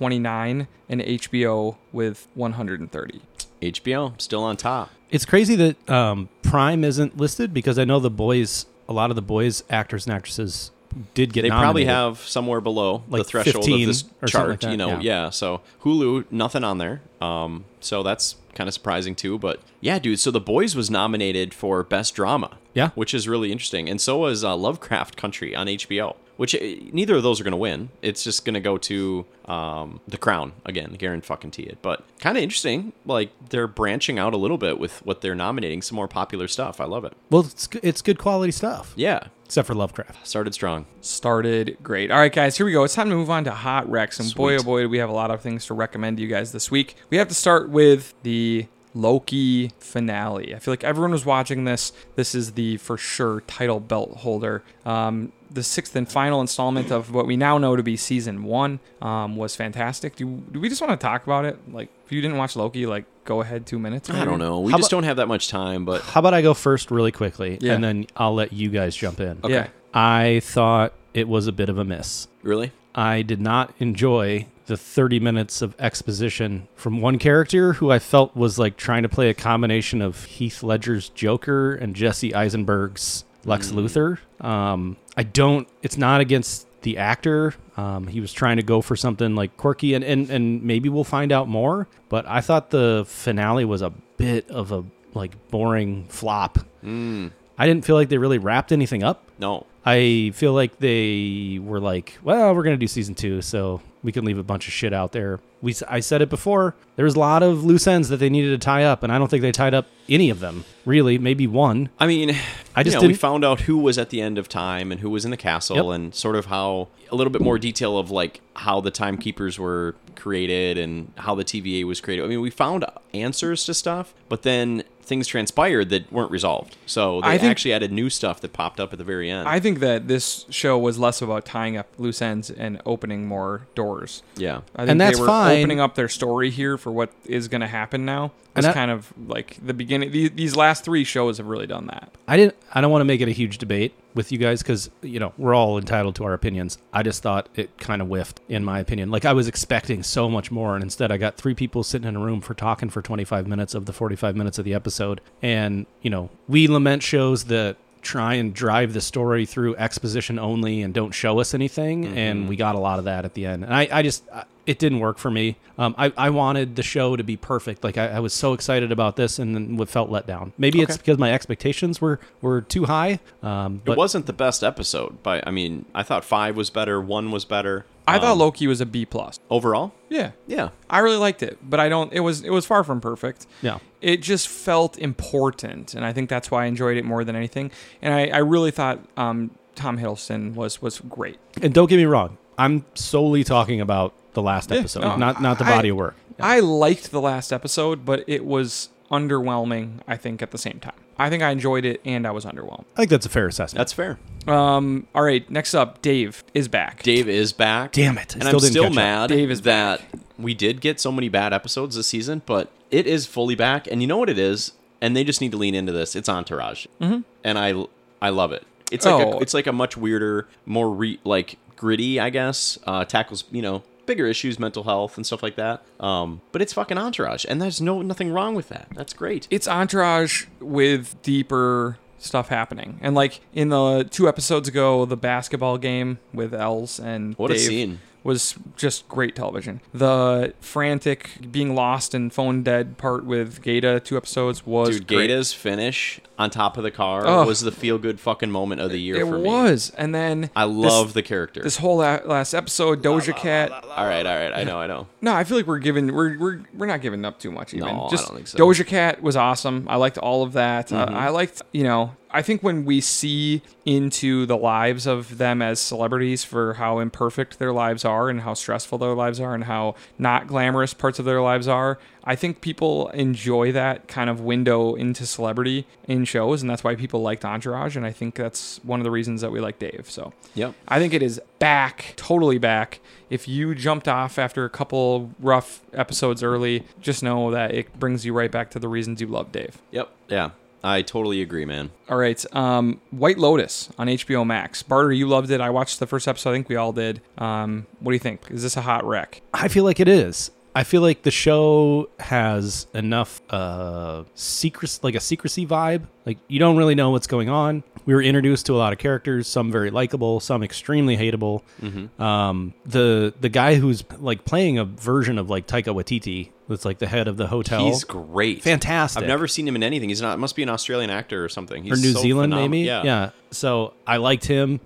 [SPEAKER 1] 129 and HBO with 130.
[SPEAKER 3] HBO still on top.
[SPEAKER 2] It's crazy that um, Prime isn't listed because I know the boys, a lot of the boys, actors and actresses did get.
[SPEAKER 3] They probably
[SPEAKER 2] nominated.
[SPEAKER 3] have somewhere below the
[SPEAKER 2] Like
[SPEAKER 3] threshold of
[SPEAKER 2] 15
[SPEAKER 3] this
[SPEAKER 2] or something
[SPEAKER 3] chart,
[SPEAKER 2] like that,
[SPEAKER 3] you know. Yeah.
[SPEAKER 2] yeah.
[SPEAKER 3] So Hulu, nothing on there. Um, so that's kind of surprising too. But yeah, dude. So The Boys was nominated for best drama.
[SPEAKER 2] Yeah.
[SPEAKER 3] Which is really interesting, and so was uh, Lovecraft Country on HBO. Which eh, neither of those are going to win. It's just going to go to um, The Crown again. Guarantee fucking tee it. But kind of interesting. Like they're branching out a little bit with what they're nominating. Some more popular stuff. I love it.
[SPEAKER 2] Well, it's g- it's good quality stuff.
[SPEAKER 3] Yeah.
[SPEAKER 2] Except for Lovecraft.
[SPEAKER 3] Started strong.
[SPEAKER 1] started great. All right, guys, here we go. It's time to move on to hot wrecks, and boy,
[SPEAKER 3] Sweet.
[SPEAKER 1] oh boy, do we have a lot of things to recommend to you guys this week. We have to start with the Loki finale. I feel like everyone was watching this. This is the for sure title belt holder. Um, the sixth and final installment of what we now know to be season one um, was fantastic. Do, do we just want to talk about it? Like, if you didn't watch Loki, like, go ahead two minutes.
[SPEAKER 3] I
[SPEAKER 1] maybe?
[SPEAKER 3] don't know. We
[SPEAKER 2] How
[SPEAKER 3] just
[SPEAKER 2] about-
[SPEAKER 3] don't have that much time, but
[SPEAKER 2] How about I go first really quickly
[SPEAKER 1] Yeah.
[SPEAKER 2] and then I'll let you guys jump in.
[SPEAKER 1] Yeah.
[SPEAKER 2] I thought it was a bit of a miss.
[SPEAKER 3] really.
[SPEAKER 2] I did not enjoy the 30 minutes of exposition from one character who I felt was like trying to play a combination of Heath Ledger's Joker and Jesse Eisenberg's Lex Luthor. Um, I don't, it's not against the actor. Um, he was trying to go for something like quirky and, and, and maybe we'll find out more, but I thought the finale was a bit of a like boring flop. I didn't feel like they really wrapped anything up.
[SPEAKER 3] No.
[SPEAKER 2] I feel like they were like, well, we're gonna do season two, so we can leave a bunch of shit out there. We, s- I said it before. There was a lot of loose ends that they needed to tie up, and I don't think they tied up any of them. Really, maybe one.
[SPEAKER 3] I mean,
[SPEAKER 2] I
[SPEAKER 3] you
[SPEAKER 2] just
[SPEAKER 3] know, we
[SPEAKER 2] didn't-
[SPEAKER 3] found out who was at the end of time and who was in the castle,
[SPEAKER 2] Yep.
[SPEAKER 3] and sort of how a little bit more detail of like how the timekeepers were created and how the TVA was created. I mean, we found answers to stuff, but then things transpired that weren't resolved. So they
[SPEAKER 1] I think-
[SPEAKER 3] actually added new stuff that popped up at the very end.
[SPEAKER 1] I think that this show was less about tying up loose ends and opening more doors.
[SPEAKER 3] yeah.
[SPEAKER 1] I think
[SPEAKER 2] And that's
[SPEAKER 1] they were
[SPEAKER 2] fine.
[SPEAKER 1] opening up their story here for what is going to happen now.
[SPEAKER 2] And
[SPEAKER 1] It's
[SPEAKER 2] I-
[SPEAKER 1] kind of like the beginning. These, these last three shows have really done that.
[SPEAKER 2] I didn't. I don't want to make it a huge debate with you guys because you know we're all entitled to our opinions. I just thought it kind of whiffed, in my opinion. Like I was expecting so much more, and instead I got three people sitting in a room for talking for 25 minutes of the 45 minutes of the episode. And you know we lament shows that try and drive the story through exposition only and don't show us anything.
[SPEAKER 1] Mm-hmm.
[SPEAKER 2] And we got a lot of that at the end. And I, I just. I, it didn't work for me. Um, I, I wanted the show to be perfect. Like I, I was so excited about this, and then what felt let down. Maybe it's because my expectations were were too high. Um, but
[SPEAKER 3] it wasn't the best episode, but I mean, I thought five was better, one was better.
[SPEAKER 1] I thought
[SPEAKER 3] Um,
[SPEAKER 1] Loki was a B plus.
[SPEAKER 3] overall,
[SPEAKER 1] Yeah,
[SPEAKER 3] yeah,
[SPEAKER 1] I really liked it, but I don't. It was it was far from perfect.
[SPEAKER 2] Yeah.
[SPEAKER 1] it just felt important, and I think that's why I enjoyed it more than anything. And I, I really thought um, Tom Hiddleston was was great.
[SPEAKER 2] and don't get me wrong, I'm solely talking about the last episode,
[SPEAKER 1] no,
[SPEAKER 2] not not the
[SPEAKER 1] I-
[SPEAKER 2] body of work.
[SPEAKER 1] I liked the last episode, but it was underwhelming. I think at the same time, I think I enjoyed it and I was underwhelmed.
[SPEAKER 2] I think that's a fair assessment.
[SPEAKER 3] that's fair.
[SPEAKER 1] Um, all right, next up, Dave is back.
[SPEAKER 3] Dave is back.
[SPEAKER 2] Damn it, I
[SPEAKER 3] and
[SPEAKER 2] still
[SPEAKER 3] I'm
[SPEAKER 2] didn't
[SPEAKER 3] still
[SPEAKER 2] catch up.
[SPEAKER 3] mad
[SPEAKER 1] Dave is
[SPEAKER 3] that we did get so many bad episodes this season, but it is fully back. And you know what it is? And they just need to lean into this. It's Entourage, mm-hmm. and I I love it. It's like
[SPEAKER 1] Oh.
[SPEAKER 3] a, it's like a much weirder, more re, like gritty, I guess. Uh, tackles you know bigger issues, mental health and stuff like that. Um, but it's fucking Entourage, and there's no nothing wrong with that. That's great.
[SPEAKER 1] it's entourage with deeper stuff happening. And like in the two episodes ago, the basketball game with Els and
[SPEAKER 3] What a
[SPEAKER 1] Dave
[SPEAKER 3] scene.
[SPEAKER 1] was just great television. The frantic being lost and phone dead part with Gata two episodes was
[SPEAKER 3] Dude,
[SPEAKER 1] great.
[SPEAKER 3] Gata's finish on top of the car
[SPEAKER 1] Ugh.
[SPEAKER 3] was the feel good fucking moment of the year
[SPEAKER 1] It
[SPEAKER 3] for me.
[SPEAKER 1] was, and then
[SPEAKER 3] I
[SPEAKER 1] this-
[SPEAKER 3] love the character.
[SPEAKER 1] this whole la- last episode. Doja Cat.
[SPEAKER 3] all right, all right. I know, I
[SPEAKER 2] [LAUGHS]
[SPEAKER 3] know.
[SPEAKER 1] No, I feel like we're giving we're we're, we're not giving up too much. Even.
[SPEAKER 3] No, I
[SPEAKER 1] Just
[SPEAKER 3] don't think so. Mm-hmm.
[SPEAKER 1] Doja Cat was awesome. I liked all of that. Uh, I liked you know I think when we see into the lives of them as celebrities for how imperfect their lives are and how stressful their lives are and how not glamorous parts of their lives are, I think people enjoy that kind of window into celebrity in shows, and that's why people liked Entourage, and I think that's one of the reasons that we like Dave. So
[SPEAKER 3] Yep.
[SPEAKER 1] I think it is back, totally back. If you jumped off after a couple rough episodes early, just know that it brings you right back to the reasons you love Dave.
[SPEAKER 3] Yep. Yeah. I totally agree, man.
[SPEAKER 1] All right. Um, White Lotus on HBO Max. Barter, you loved it. I watched the first episode. I think we all did. Um, what do you think? Is this a hot wreck?
[SPEAKER 2] I feel like it is. I feel like the show has enough uh secrets like a secrecy vibe. Like you don't really know what's going on. We were introduced to a lot of characters, some very likable, some extremely hateable. Um the the guy who's like playing a version of like Taika Waititi, that's like the head of the hotel.
[SPEAKER 3] He's great.
[SPEAKER 2] Fantastic.
[SPEAKER 3] I've never seen him in anything. He's not must be an Australian actor or something.
[SPEAKER 2] or
[SPEAKER 3] He's
[SPEAKER 2] New
[SPEAKER 3] so
[SPEAKER 2] Zealand,
[SPEAKER 3] phenom-
[SPEAKER 2] maybe.
[SPEAKER 3] Yeah.
[SPEAKER 2] So I liked him.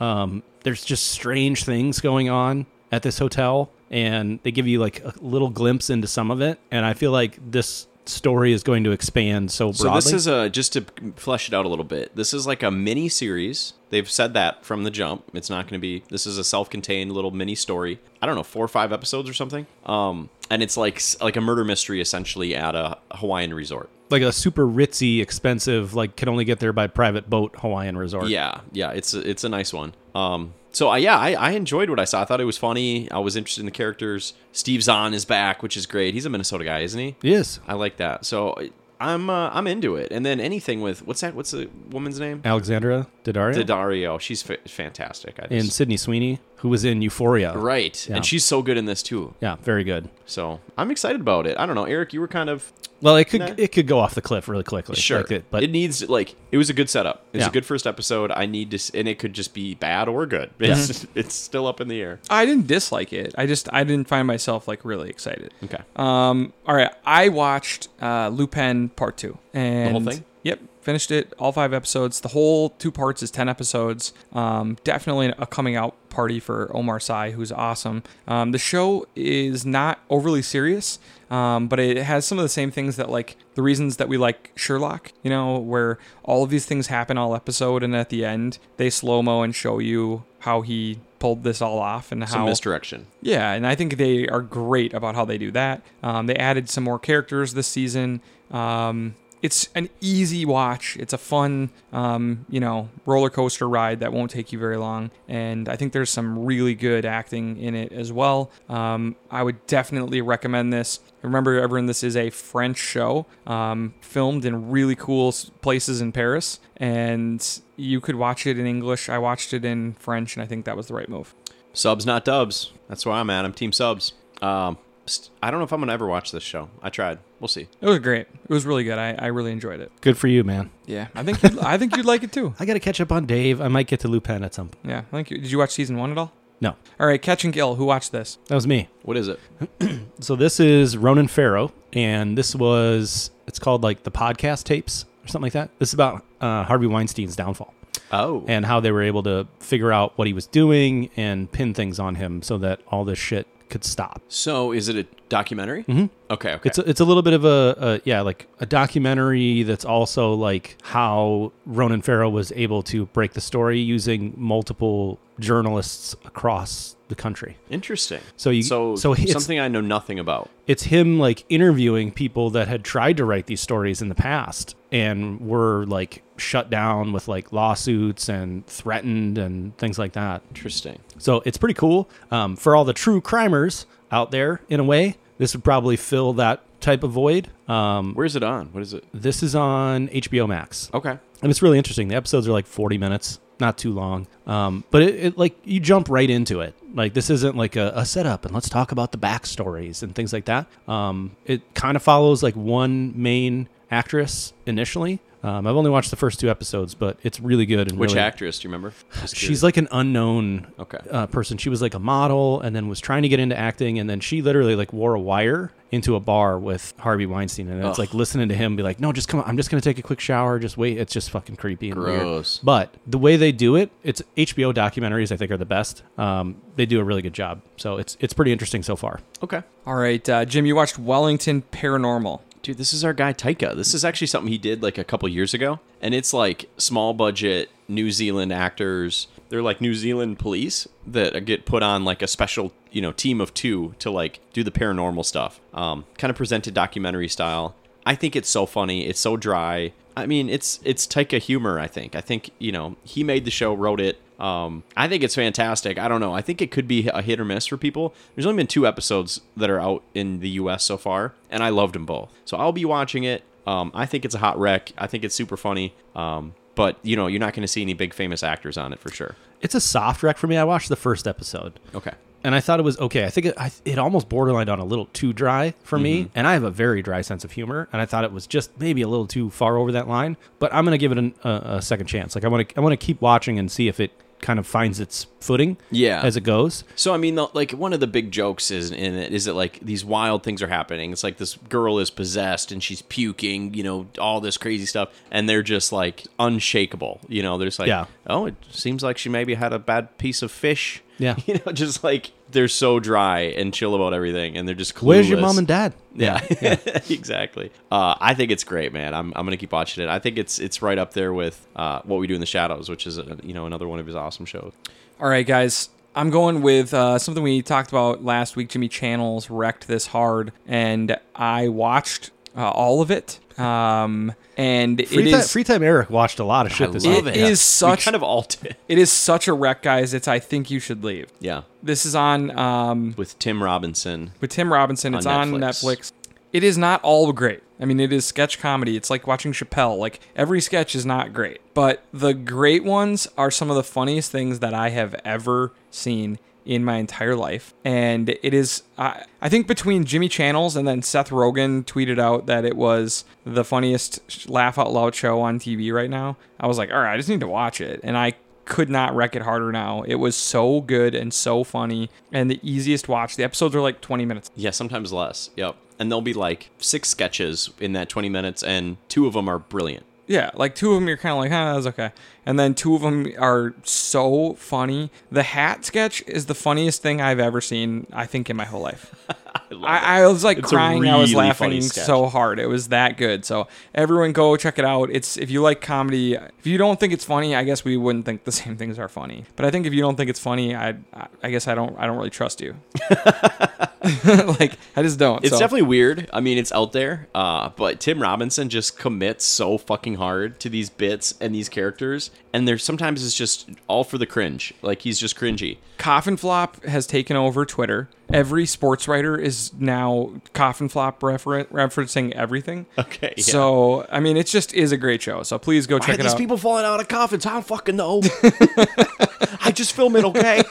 [SPEAKER 2] Um, there's just strange things going on at this hotel, and they give you like a little glimpse into some of it. And I feel like this story is going to expand so
[SPEAKER 3] So
[SPEAKER 2] broadly.
[SPEAKER 3] this is a just to flesh it out a little bit. This is like a mini series. They've said that from the jump. It's not going to be. This is a self-contained little mini story. I don't know, four or five episodes or something. Um, and it's like like a murder mystery essentially at a Hawaiian resort.
[SPEAKER 2] like a super ritzy, expensive, like can only get there by private boat Hawaiian resort.
[SPEAKER 3] Yeah, yeah, it's a, it's a nice one. Um, so I, yeah, I, I enjoyed what I saw. I thought it was funny. I was interested in the characters. Steve Zahn is back, which is great. He's a Minnesota guy, isn't he?
[SPEAKER 2] Yes.
[SPEAKER 3] I like that. So I'm uh, I'm into it. And then anything with what's that? What's the woman's name?
[SPEAKER 2] Alexandra Daddario
[SPEAKER 3] Daddario. She's fa- fantastic. I
[SPEAKER 2] and
[SPEAKER 3] just,
[SPEAKER 2] Sydney Sweeney, who was in Euphoria.
[SPEAKER 3] right,
[SPEAKER 2] Yeah.
[SPEAKER 3] and she's so good in this too.
[SPEAKER 2] Yeah, very good.
[SPEAKER 3] So I'm excited about it. I don't know, Eric. You were kind of
[SPEAKER 2] Well, it could
[SPEAKER 3] Nah.
[SPEAKER 2] it could go off the cliff really quickly.
[SPEAKER 3] sure,
[SPEAKER 2] like it,
[SPEAKER 3] but
[SPEAKER 2] but
[SPEAKER 3] it needs like it was a good setup. It was
[SPEAKER 2] Yeah.
[SPEAKER 3] a good first episode. I need to, s- and it could just be bad or good. It's it's still up in the air.
[SPEAKER 1] I didn't dislike it. I just I didn't find myself like really excited.
[SPEAKER 3] Okay.
[SPEAKER 1] Um, all right, I watched uh, Lupin Part Two and
[SPEAKER 3] whole thing?
[SPEAKER 1] Yep, finished it. All five episodes. The whole two parts is ten episodes. Um, definitely a coming out party for Omar Sy, who's awesome. Um, the show is not overly serious, um, but it has some of the same things that like the reasons that we like Sherlock. You know, where all of these things happen all episode, and at the end they slow mo and show you how he pulled this all off and
[SPEAKER 3] Some
[SPEAKER 1] how
[SPEAKER 3] misdirection.
[SPEAKER 1] yeah, and I think they are great about how they do that. Um, they added some more characters this season. Um, it's an easy watch. It's a fun, um, you know, roller coaster ride that won't take you very long. And I think there's some really good acting in it as well. Um, I would definitely recommend this. Remember, everyone, this is a French show um, filmed in really cool s- places in Paris. And you could watch it in English. I watched it in French, and I think that was the right move.
[SPEAKER 3] Subs, not dubs. That's where I'm at. I'm team subs. Um, st- I don't know if I'm gonna ever watch this show. I tried. We'll see.
[SPEAKER 1] It was great. It was really good. I, I really enjoyed it.
[SPEAKER 2] good for you, man.
[SPEAKER 1] Yeah, I think you'd, I think you'd like it
[SPEAKER 2] [LAUGHS]
[SPEAKER 1] too.
[SPEAKER 2] I got to catch up on Dave. I might get to Lupin at some point.
[SPEAKER 1] Yeah, I think you. Did you watch season one at all?
[SPEAKER 2] No,
[SPEAKER 1] All right, Catch and Kill. Who watched this?
[SPEAKER 2] that was me.
[SPEAKER 3] What is it?
[SPEAKER 2] So this is Ronan Farrow, and this was it's called like the podcast tapes or something like that. This is about uh, Harvey Weinstein's downfall
[SPEAKER 3] Oh,
[SPEAKER 2] and how they were able to figure out what he was doing and pin things on him so that all this shit could stop.
[SPEAKER 3] so is it a documentary? Mm-hmm. Okay. Okay.
[SPEAKER 2] It's a, it's a little bit of a, a yeah like a documentary that's also like how Ronan Farrow was able to break the story using multiple journalists across the country.
[SPEAKER 3] Interesting.
[SPEAKER 2] So you-
[SPEAKER 3] so
[SPEAKER 2] so it's-
[SPEAKER 3] something I know nothing about.
[SPEAKER 2] it's him like interviewing people that had tried to write these stories in the past and were like shut down with like lawsuits and threatened and things like that.
[SPEAKER 3] Interesting.
[SPEAKER 2] So it's pretty cool um, for all the true crimers out there. In a way, this would probably fill that type of void. Um,
[SPEAKER 3] Where's it on? What is it?
[SPEAKER 2] this is on HBO Max
[SPEAKER 3] Okay.
[SPEAKER 2] and it's really interesting. The episodes are like 40 minutes, not too long. Um, but it, it like you jump right into it. Like this isn't like a, a setup, and let's talk about the backstories and things like that. Um, it kind of follows like one main actress initially. Um, I've only watched the first two episodes, but it's really good. And
[SPEAKER 3] Which
[SPEAKER 2] really,
[SPEAKER 3] actress do you remember? Just
[SPEAKER 2] She's like an unknown
[SPEAKER 3] Okay.
[SPEAKER 2] uh, person. She was like a model, and then was trying to get into acting, and then she literally like wore a wire into a bar with Harvey Weinstein, and it's
[SPEAKER 3] Ugh.
[SPEAKER 2] like listening to him be like, "No, just come. On. I'm just gonna take a quick shower. Just wait. It's just fucking creepy and weird."
[SPEAKER 3] Gross.
[SPEAKER 2] But the way they do it, it's HBO documentaries. I think are the best. Um, they do a really good job. So it's it's pretty interesting so far.
[SPEAKER 3] Okay.
[SPEAKER 1] All right, uh, Jim. You watched Wellington Paranormal.
[SPEAKER 3] Dude, this is our guy Taika. This is actually something he did like a couple years ago, and it's like small budget New Zealand actors. They're like New Zealand police that get put on like a special, you know, team of two to like do the paranormal stuff. Um, kind of presented documentary style. I think it's so funny. It's so dry. I mean, it's it's Taika humor. I think. I think you know he made the show, wrote it. Um, I think it's fantastic. I don't know. I think it could be a hit or miss for people. There's only been two episodes that are out in the U.S. so far, and I loved them both. So I'll be watching it. Um, I think it's a hot wreck. I think it's super funny. Um, but you know, you're not going to see any big famous actors on it for sure.
[SPEAKER 2] It's a soft wreck for me. I watched the first episode.
[SPEAKER 3] Okay.
[SPEAKER 2] and I thought it was okay. I think it, I, it almost borderlined on a little too dry for me, and I have a very dry sense of humor, and I thought it was just maybe a little too far over that line. But I'm gonna give it an, a, a second chance. Like I want to, I want to keep watching and see if it kind of finds its footing,
[SPEAKER 3] Yeah.
[SPEAKER 2] as it goes.
[SPEAKER 3] So I mean, the, like one of the big jokes is in it is that like these wild things are happening. It's like this girl is possessed and she's puking, you know, all this crazy stuff, and they're just like unshakable. You know, they're just like,
[SPEAKER 2] Yeah.
[SPEAKER 3] oh, it seems like she maybe had a bad piece of fish.
[SPEAKER 2] Yeah.
[SPEAKER 3] [LAUGHS] you know, just like they're so dry and chill about everything, and they're just clueless.
[SPEAKER 2] Where's your
[SPEAKER 3] [LAUGHS]
[SPEAKER 2] mom and dad?
[SPEAKER 3] Yeah, exactly. Uh, I think it's great, man. I'm, I'm gonna keep watching it. I think it's it's right up there with uh, what we do in the shadows, which is uh you know another one of his awesome shows.
[SPEAKER 1] All right, guys. I'm going with uh, something we talked about last week. Jimmy Channels wrecked this hard, and I watched uh, all of it. Um, and it
[SPEAKER 2] Free, time,
[SPEAKER 1] is-
[SPEAKER 2] free time. Eric watched a lot of shit this
[SPEAKER 1] love
[SPEAKER 2] week.
[SPEAKER 1] it. is
[SPEAKER 3] We
[SPEAKER 1] such-
[SPEAKER 3] kind of all did. [LAUGHS]
[SPEAKER 1] it is such a wreck, guys. It's I think you should leave.
[SPEAKER 3] Yeah,
[SPEAKER 1] This is on um,
[SPEAKER 3] with Tim Robinson.
[SPEAKER 1] with Tim Robinson.
[SPEAKER 3] On
[SPEAKER 1] It's on
[SPEAKER 3] Netflix.
[SPEAKER 1] Netflix. It is not all great. I mean, it is sketch comedy. It's like watching Chappelle. Like every sketch is not great, but the great ones are some of the funniest things that I have ever seen in my entire life. And it is, I, I think, between Jimmy Channels and then Seth Rogen tweeted out that it was the funniest sh- laugh out loud show on TV right now. I was like, all right, I just need to watch it, and I could not wreck it harder now. It was so good and so funny and the easiest watch. The episodes are like 20 minutes.
[SPEAKER 3] Yeah, sometimes less. Yep. And there'll be like six sketches in that 20 minutes, and two of them are brilliant.
[SPEAKER 1] Yeah, like two of them you're kind of like, huh, that's okay. And then two of them are so funny. The hat sketch is the funniest thing I've ever seen, I think, in my whole
[SPEAKER 3] [LAUGHS]
[SPEAKER 1] life. I, I was like
[SPEAKER 3] It's a
[SPEAKER 1] crying. I was
[SPEAKER 3] really funny
[SPEAKER 1] laughing
[SPEAKER 3] sketch.
[SPEAKER 1] so hard. It was that good. So everyone, go check it out. It's if you like comedy. If you don't think it's funny, I guess we wouldn't think the [LAUGHS] same things are funny. But I think if you don't think it's funny, I I- I guess I don't I don't really trust
[SPEAKER 3] [LAUGHS]
[SPEAKER 1] you. [LAUGHS] like I just don't.
[SPEAKER 3] It's
[SPEAKER 1] so.
[SPEAKER 3] definitely weird. I mean, it's out there, uh, but Tim Robinson just commits so fucking hard to these bits and these characters, and there's sometimes it's just all for the cringe. Like he's just cringy.
[SPEAKER 1] Coffin Flop has taken over Twitter. Every sports writer is now Coffin Flop refer- referencing everything.
[SPEAKER 3] [LAUGHS] Okay, yeah.
[SPEAKER 1] So I mean, it just is a great show. So please go check it out.
[SPEAKER 3] people falling out of coffins? I don't
[SPEAKER 1] [LAUGHS]
[SPEAKER 3] fucking know. I just film it, okay?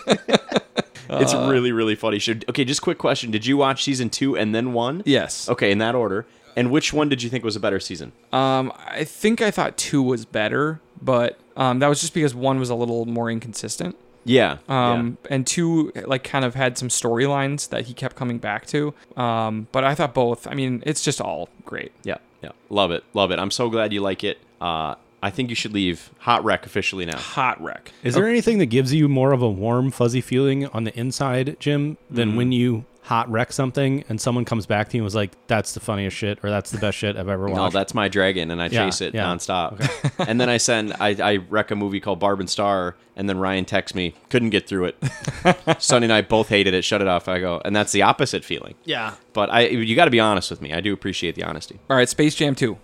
[SPEAKER 3] it's
[SPEAKER 1] Uh.
[SPEAKER 3] a really, really funny show. Okay, just quick question. Did you watch season two and then one?
[SPEAKER 1] yes.
[SPEAKER 3] Okay, in that order. And which one did you think was a better season?
[SPEAKER 1] Um, I think I thought two was better, but um, that was just because one was a little more inconsistent.
[SPEAKER 3] Yeah.
[SPEAKER 1] Um, and two like kind of had some storylines that he kept coming back to. Um, but I thought both. I mean, it's just all great.
[SPEAKER 3] yeah. Yeah. Yeah. Love it. Love it. I'm so glad you like it. Uh, I think you should leave Hot Wreck officially now.
[SPEAKER 1] Hot wreck.
[SPEAKER 2] Is there anything that gives you more of a warm, fuzzy feeling on the inside, Jim, than when you hot wreck something and someone comes back to you and was like, "That's the funniest shit" or "That's the best shit I've ever
[SPEAKER 3] No,
[SPEAKER 2] watched"?
[SPEAKER 3] that's my dragon, and I
[SPEAKER 2] Yeah,
[SPEAKER 3] chase it
[SPEAKER 2] yeah.
[SPEAKER 3] nonstop. [LAUGHS] and then I send, I, I wreck a movie called Barb and Star, and then Ryan texts me, couldn't get
[SPEAKER 1] [LAUGHS]
[SPEAKER 3] through it. Sonny and I both hated it, shut it off. I go, and that's the opposite feeling.
[SPEAKER 2] yeah,
[SPEAKER 3] But I, you got to be honest with me. I do appreciate the honesty.
[SPEAKER 1] All right, Space Jam two.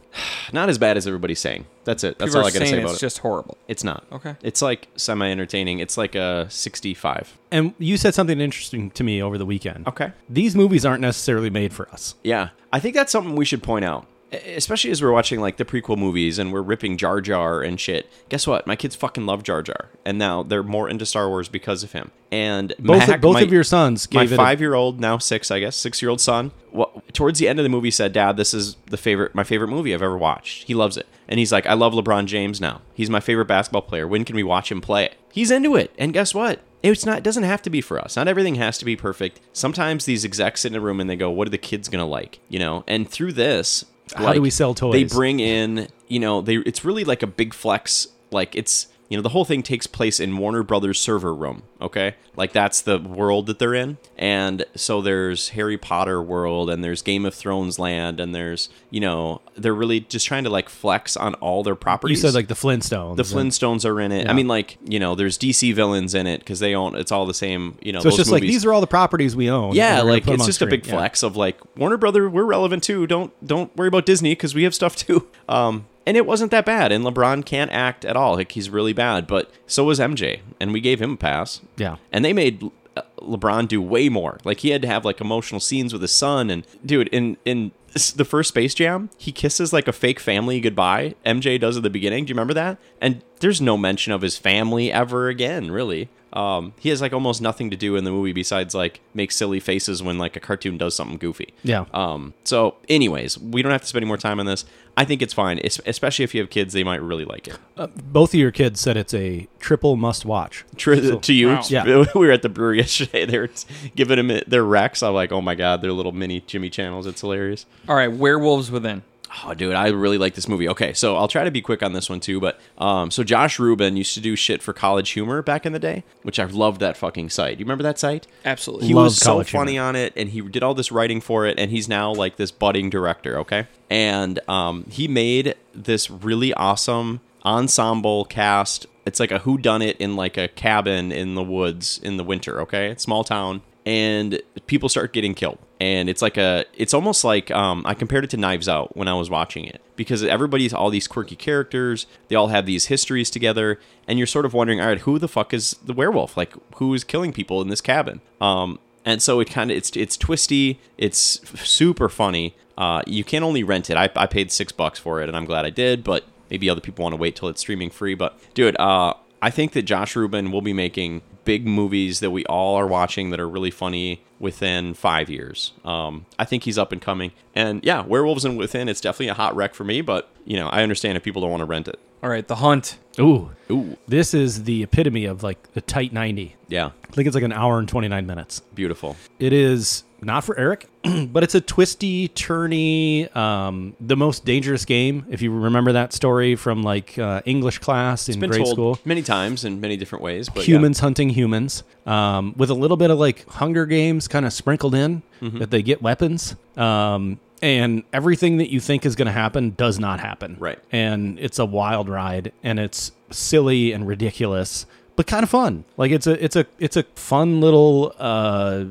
[SPEAKER 3] Not as bad as everybody's saying. That's it. That's
[SPEAKER 1] People
[SPEAKER 3] all I
[SPEAKER 1] are
[SPEAKER 3] got to say
[SPEAKER 1] saying
[SPEAKER 3] about
[SPEAKER 1] it's
[SPEAKER 3] it.
[SPEAKER 1] just horrible.
[SPEAKER 3] It's not.
[SPEAKER 1] Okay.
[SPEAKER 3] It's like semi entertaining. It's like a 65.
[SPEAKER 2] And you said something interesting to me over the weekend.
[SPEAKER 3] Okay.
[SPEAKER 2] These movies aren't necessarily made for us.
[SPEAKER 3] Yeah. I think that's something we should point out. e- Especially as we're watching like the prequel movies and we're ripping Jar Jar and shit. Guess what? My kids fucking love Jar Jar, and now they're more into Star Wars because of him. And
[SPEAKER 2] Both
[SPEAKER 3] Mac,
[SPEAKER 2] both
[SPEAKER 3] my-
[SPEAKER 2] of your sons
[SPEAKER 3] my
[SPEAKER 2] gave it a-
[SPEAKER 3] five-year-old, now six, I guess, six-year-old son, well, towards the end of the movie said, "Dad, this is the favorite, my favorite movie I've ever watched." He loves it, and he's like, "I love LeBron James now. He's my favorite basketball player. When can we watch him play?" He's into it, and guess what? It's not. It doesn't have to be for us. Not everything has to be perfect. Sometimes these execs sit in a room and they go, "What are the kids gonna like?" You know. And through this,
[SPEAKER 2] How do we sell toys?
[SPEAKER 3] They bring in, you know, they. It's really like a big flex. Like it's you know the whole thing takes place in warner brothers server room okay like that's the world that they're in and so there's harry potter world and there's game of thrones land and there's you know they're really just trying to like flex on all their
[SPEAKER 2] You
[SPEAKER 3] properties
[SPEAKER 2] said like the Flintstones.
[SPEAKER 3] the
[SPEAKER 2] and-
[SPEAKER 3] flintstones are in it i mean like you know there's dc villains in it because they own it's all the same you know
[SPEAKER 2] So it's
[SPEAKER 3] those
[SPEAKER 2] just like
[SPEAKER 3] movies.
[SPEAKER 2] these are all the properties we own.
[SPEAKER 3] yeah
[SPEAKER 2] and we're gonna
[SPEAKER 3] like
[SPEAKER 2] put 'em
[SPEAKER 3] it's
[SPEAKER 2] on
[SPEAKER 3] just a
[SPEAKER 2] screen.
[SPEAKER 3] big
[SPEAKER 2] Yeah.
[SPEAKER 3] flex of like warner brother we're relevant too don't don't worry about disney because we have stuff too [LAUGHS] um and it wasn't that bad and lebron can't act at all like he's really bad but so was mj and we gave him a pass
[SPEAKER 2] Yeah.
[SPEAKER 3] and they made uh, lebron do way more like he had to have like emotional scenes with his son and dude in in s- the first Space Jam, he kisses like a fake family goodbye. MJ does at the beginning. Do you remember that? And there's no mention of his family ever again, really. Um, he has like almost nothing to do in the movie besides like make silly faces when like a cartoon does something goofy.
[SPEAKER 2] Yeah.
[SPEAKER 3] Um, so, anyways, we don't have to spend any more time on this. I think it's fine, es- especially if you have kids, they might really like it.
[SPEAKER 2] Uh, Both of your kids said it's a triple must watch.
[SPEAKER 3] Tr- to you,
[SPEAKER 1] Wow.
[SPEAKER 2] Yeah.
[SPEAKER 3] [LAUGHS] we were at the brewery yesterday. They were t- giving them their Rex. I'm like, oh my god, they're little mini Jimmy Channels. It's hilarious.
[SPEAKER 1] All right, Werewolves Within.
[SPEAKER 3] Oh, dude, I really like this movie. Okay, so I'll try to be quick on this one too. But um, so Josh Rubin used to do shit for College Humor back in the day, which I loved that fucking site. You remember that site?
[SPEAKER 1] Absolutely.
[SPEAKER 3] He
[SPEAKER 2] Love
[SPEAKER 3] was so
[SPEAKER 2] College Humor.
[SPEAKER 3] funny on it, and he did all this writing for it, and he's now like this budding director. Okay, and um, he made this really awesome ensemble cast. It's like a who done it in like a cabin in the woods in the winter. Okay, It's small town, and people start getting killed and it's like a it's almost like um, i compared it to knives out when i was watching it because everybody's all these quirky characters they all have these histories together and you're sort of wondering all right who the fuck is the werewolf like who is killing people in this cabin um, and so it kind of it's it's twisty it's f- super funny uh, you can only rent it I, I paid six bucks for it and i'm glad i did but maybe other people want to wait till it's streaming free but dude uh, I think that Josh Rubin will be making big movies that we all are watching that are really funny within five years. Um, I think he's up and coming. And yeah, Werewolves and Within, it's definitely a hot wreck for me, but you know, I understand if people don't want to rent it.
[SPEAKER 1] All right, The Hunt.
[SPEAKER 2] Ooh.
[SPEAKER 3] Ooh.
[SPEAKER 2] This is the epitome of like the tight 90.
[SPEAKER 3] Yeah,
[SPEAKER 2] I think it's like an hour and 29 minutes.
[SPEAKER 3] beautiful.
[SPEAKER 2] It is not for Eric, [CLEARS THROAT] but it's a twisty, turny, um, the most dangerous game. If you remember that story from like uh, English class in
[SPEAKER 3] Been
[SPEAKER 2] grade
[SPEAKER 3] told
[SPEAKER 2] school,
[SPEAKER 3] many times in many different ways, but yeah.
[SPEAKER 2] humans hunting humans, um, with a little bit of like Hunger Games kind of sprinkled in
[SPEAKER 3] Mm-hmm.
[SPEAKER 2] that they get weapons. Um, and everything that you think is going to happen does not happen.
[SPEAKER 3] Right.
[SPEAKER 2] And it's a wild ride and it's silly and ridiculous, but kind of fun. Like it's a it's a it's a fun little uh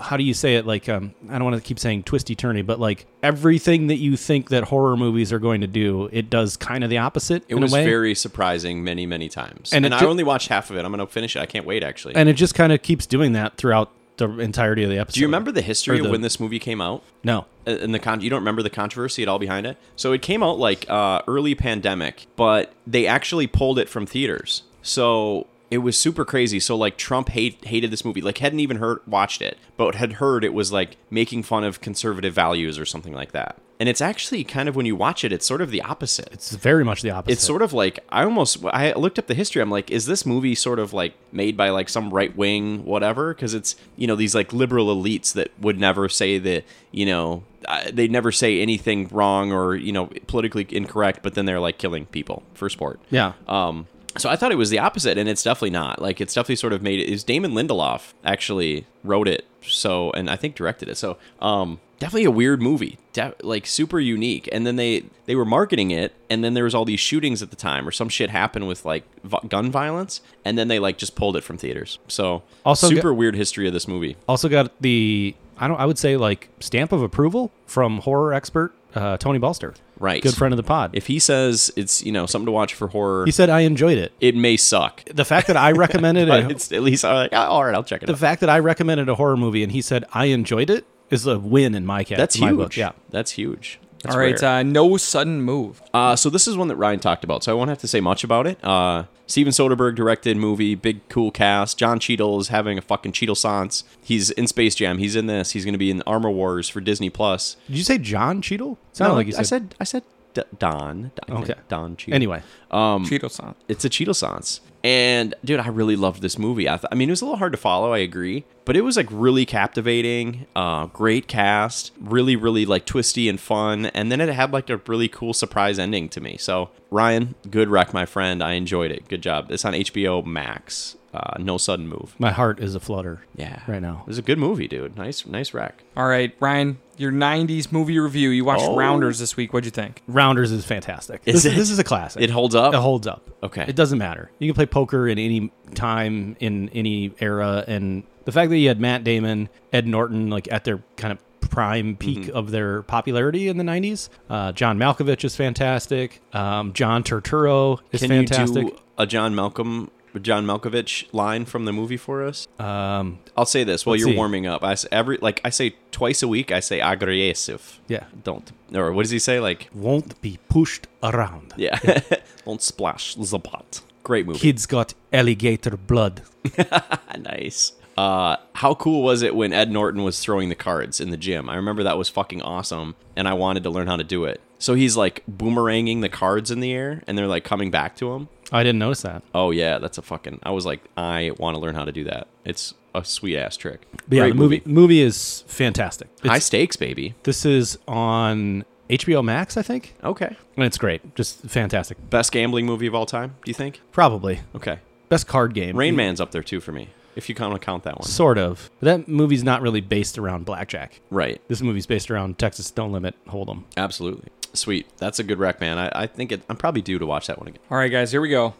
[SPEAKER 2] how do you say it like um I don't want to keep saying twisty turny, but like everything that you think that horror movies are going to do, it does kind of the opposite
[SPEAKER 3] It
[SPEAKER 2] in
[SPEAKER 3] was
[SPEAKER 2] a way.
[SPEAKER 3] very surprising many, many times.
[SPEAKER 2] And
[SPEAKER 3] And,
[SPEAKER 2] it
[SPEAKER 3] I
[SPEAKER 2] ju-
[SPEAKER 3] only watched half of it. I'm going to finish it. I can't wait, actually.
[SPEAKER 2] and it just kind of keeps doing that throughout the entirety of the episode.
[SPEAKER 3] Do you remember the history
[SPEAKER 2] or the-
[SPEAKER 3] of when this movie came out? Uh,
[SPEAKER 2] No.
[SPEAKER 3] and the con you don't remember the controversy at all behind it so it came out like uh, early pandemic but they actually pulled it from theaters so it was super crazy so like trump hate, hated this movie like hadn't even heard watched it but had heard it was like making fun of conservative values or something like that and it's actually kind of when you watch it it's sort of the opposite
[SPEAKER 2] It's very much the opposite.
[SPEAKER 3] it's sort of like I almost I looked up the history. I'm like, is this movie sort of like made by like some right wing whatever? Because it's you know these like liberal elites that would never say that you know uh, they never say anything wrong or you know politically incorrect, but then they're like killing people for sport.
[SPEAKER 2] yeah.
[SPEAKER 3] Um, so I thought it was the opposite, and it's definitely not. Like it's definitely sort of made it. Is Damon Lindelof actually wrote it? So and I think directed it. So um, definitely a weird movie, De- like super unique. And then they they were marketing it, and then there was all these shootings at the time, or some shit happened with like v- gun violence, and then they like just pulled it from theaters. So
[SPEAKER 2] Also
[SPEAKER 3] super weird history of this movie.
[SPEAKER 2] also got the I don't I would say like stamp of approval from horror expert uh, Tony Balster.
[SPEAKER 3] Right.
[SPEAKER 2] Good friend of the pod.
[SPEAKER 3] If he says it's you know something to watch for horror,
[SPEAKER 2] he said I enjoyed it.
[SPEAKER 3] it may suck.
[SPEAKER 2] The fact
[SPEAKER 3] [LAUGHS]
[SPEAKER 2] that I recommended
[SPEAKER 3] But
[SPEAKER 2] it,
[SPEAKER 3] it's at least I'm like, "Oh, all right, I'll check it
[SPEAKER 2] the
[SPEAKER 3] out.
[SPEAKER 2] fact that I recommended a horror movie and he said I enjoyed it is a win in my cat.
[SPEAKER 3] That's
[SPEAKER 2] my
[SPEAKER 3] huge.
[SPEAKER 2] book. Yeah.
[SPEAKER 3] that's huge. That's
[SPEAKER 1] All right,
[SPEAKER 3] rare.
[SPEAKER 1] uh, No Sudden Move.
[SPEAKER 3] Uh, so this is one that Ryan talked about, so I won't have to say much about it. Uh, Steven Soderbergh directed movie, big cool cast. John Cheadle is having a fucking Cheadle sans. He's in Space Jam. He's in this. He's going to be in Armor Wars for Disney Plus.
[SPEAKER 2] Did you say John Cheadle? Sounded like you said.
[SPEAKER 3] I said I said D- Don. Don
[SPEAKER 2] Okay.
[SPEAKER 3] Don Cheadle.
[SPEAKER 2] anyway.
[SPEAKER 3] Um,
[SPEAKER 1] Cheeto song.
[SPEAKER 3] it's a Cheeto Sans. And dude, I really loved this movie. I, th- I mean, it was a little hard to follow. I agree, but it was like really captivating. Uh, great cast, really, really like twisty and fun. And then it had like a really cool surprise ending to me. So Ryan, good wreck, my friend. I enjoyed it. Good job. It's on HBO Max. Uh, no sudden move.
[SPEAKER 2] My heart is aflutter.
[SPEAKER 3] Yeah,
[SPEAKER 2] Right now.
[SPEAKER 3] It was a good movie, dude. Nice, nice wreck.
[SPEAKER 1] All right, Ryan, your 90s movie review. You watched
[SPEAKER 3] Oh.
[SPEAKER 1] Rounders this week. What'd you think?
[SPEAKER 2] Rounders is fantastic.
[SPEAKER 3] Is
[SPEAKER 2] this,
[SPEAKER 3] it?
[SPEAKER 2] this is a classic.
[SPEAKER 3] It holds up.
[SPEAKER 2] It holds up.
[SPEAKER 3] Oh. Okay.
[SPEAKER 2] It doesn't matter. You can play poker in any time, in any era, and the fact that you had Matt Damon, Ed Norton, like at their kind of prime peak
[SPEAKER 3] Mm-hmm.
[SPEAKER 2] of their popularity in the '90s. Uh, John Malkovich is fantastic. Um, John Turturro is
[SPEAKER 3] Can
[SPEAKER 2] fantastic.
[SPEAKER 3] you do a John Malcolm John Malkovich line from the movie for us?
[SPEAKER 2] Um,
[SPEAKER 3] I'll say this while
[SPEAKER 2] Let's
[SPEAKER 3] you're
[SPEAKER 2] see.
[SPEAKER 3] warming up. I s- every like I say twice a week. I say aggressive.
[SPEAKER 2] yeah.
[SPEAKER 3] Don't or what does he say? Like
[SPEAKER 2] Won't be pushed around.
[SPEAKER 3] yeah, [LAUGHS] don't splash the pot. Great movie.
[SPEAKER 2] Kids got alligator blood.
[SPEAKER 3] [LAUGHS] nice. Uh, how cool was it when Ed Norton was throwing the cards in the gym? I remember that was fucking awesome, and I wanted to learn how to do it. So he's like boomeranging the cards in the air, and they're like coming back to him.
[SPEAKER 2] I didn't notice that.
[SPEAKER 3] Oh yeah, that's a fucking. I was like, I want to learn how to do that. It's a sweet ass trick.
[SPEAKER 2] But yeah,
[SPEAKER 3] Great
[SPEAKER 2] the movie movie is fantastic. It's-
[SPEAKER 3] High stakes, baby.
[SPEAKER 2] this is on HBO Max, I think,
[SPEAKER 3] Okay.
[SPEAKER 2] and it's great. Just fantastic.
[SPEAKER 3] Best gambling movie of all time? Do you think?
[SPEAKER 2] Probably
[SPEAKER 3] Okay.
[SPEAKER 2] best card game.
[SPEAKER 3] Rain Man's up there too for me. If you kind of count that one.
[SPEAKER 2] Sort of. But that movie's not really based around blackjack.
[SPEAKER 3] Right.
[SPEAKER 2] This movie's based around Texas Don't Limit Hold'em.
[SPEAKER 3] Absolutely. Sweet. That's a good rec, man. I, I think it, I'm probably due to watch that one again.
[SPEAKER 1] All right, guys, here we go.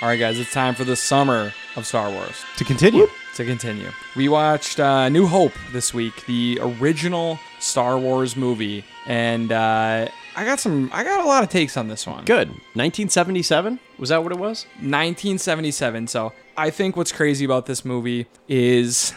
[SPEAKER 1] All right, guys, it's time for the summer of Star Wars
[SPEAKER 2] To continue.
[SPEAKER 1] to continue. We watched uh, New Hope this week, the original Star Wars movie, and uh, I got some, I got a lot of takes on this one.
[SPEAKER 3] Good. 1977? Was that what it was?
[SPEAKER 1] 1977. So I think what's crazy about this movie is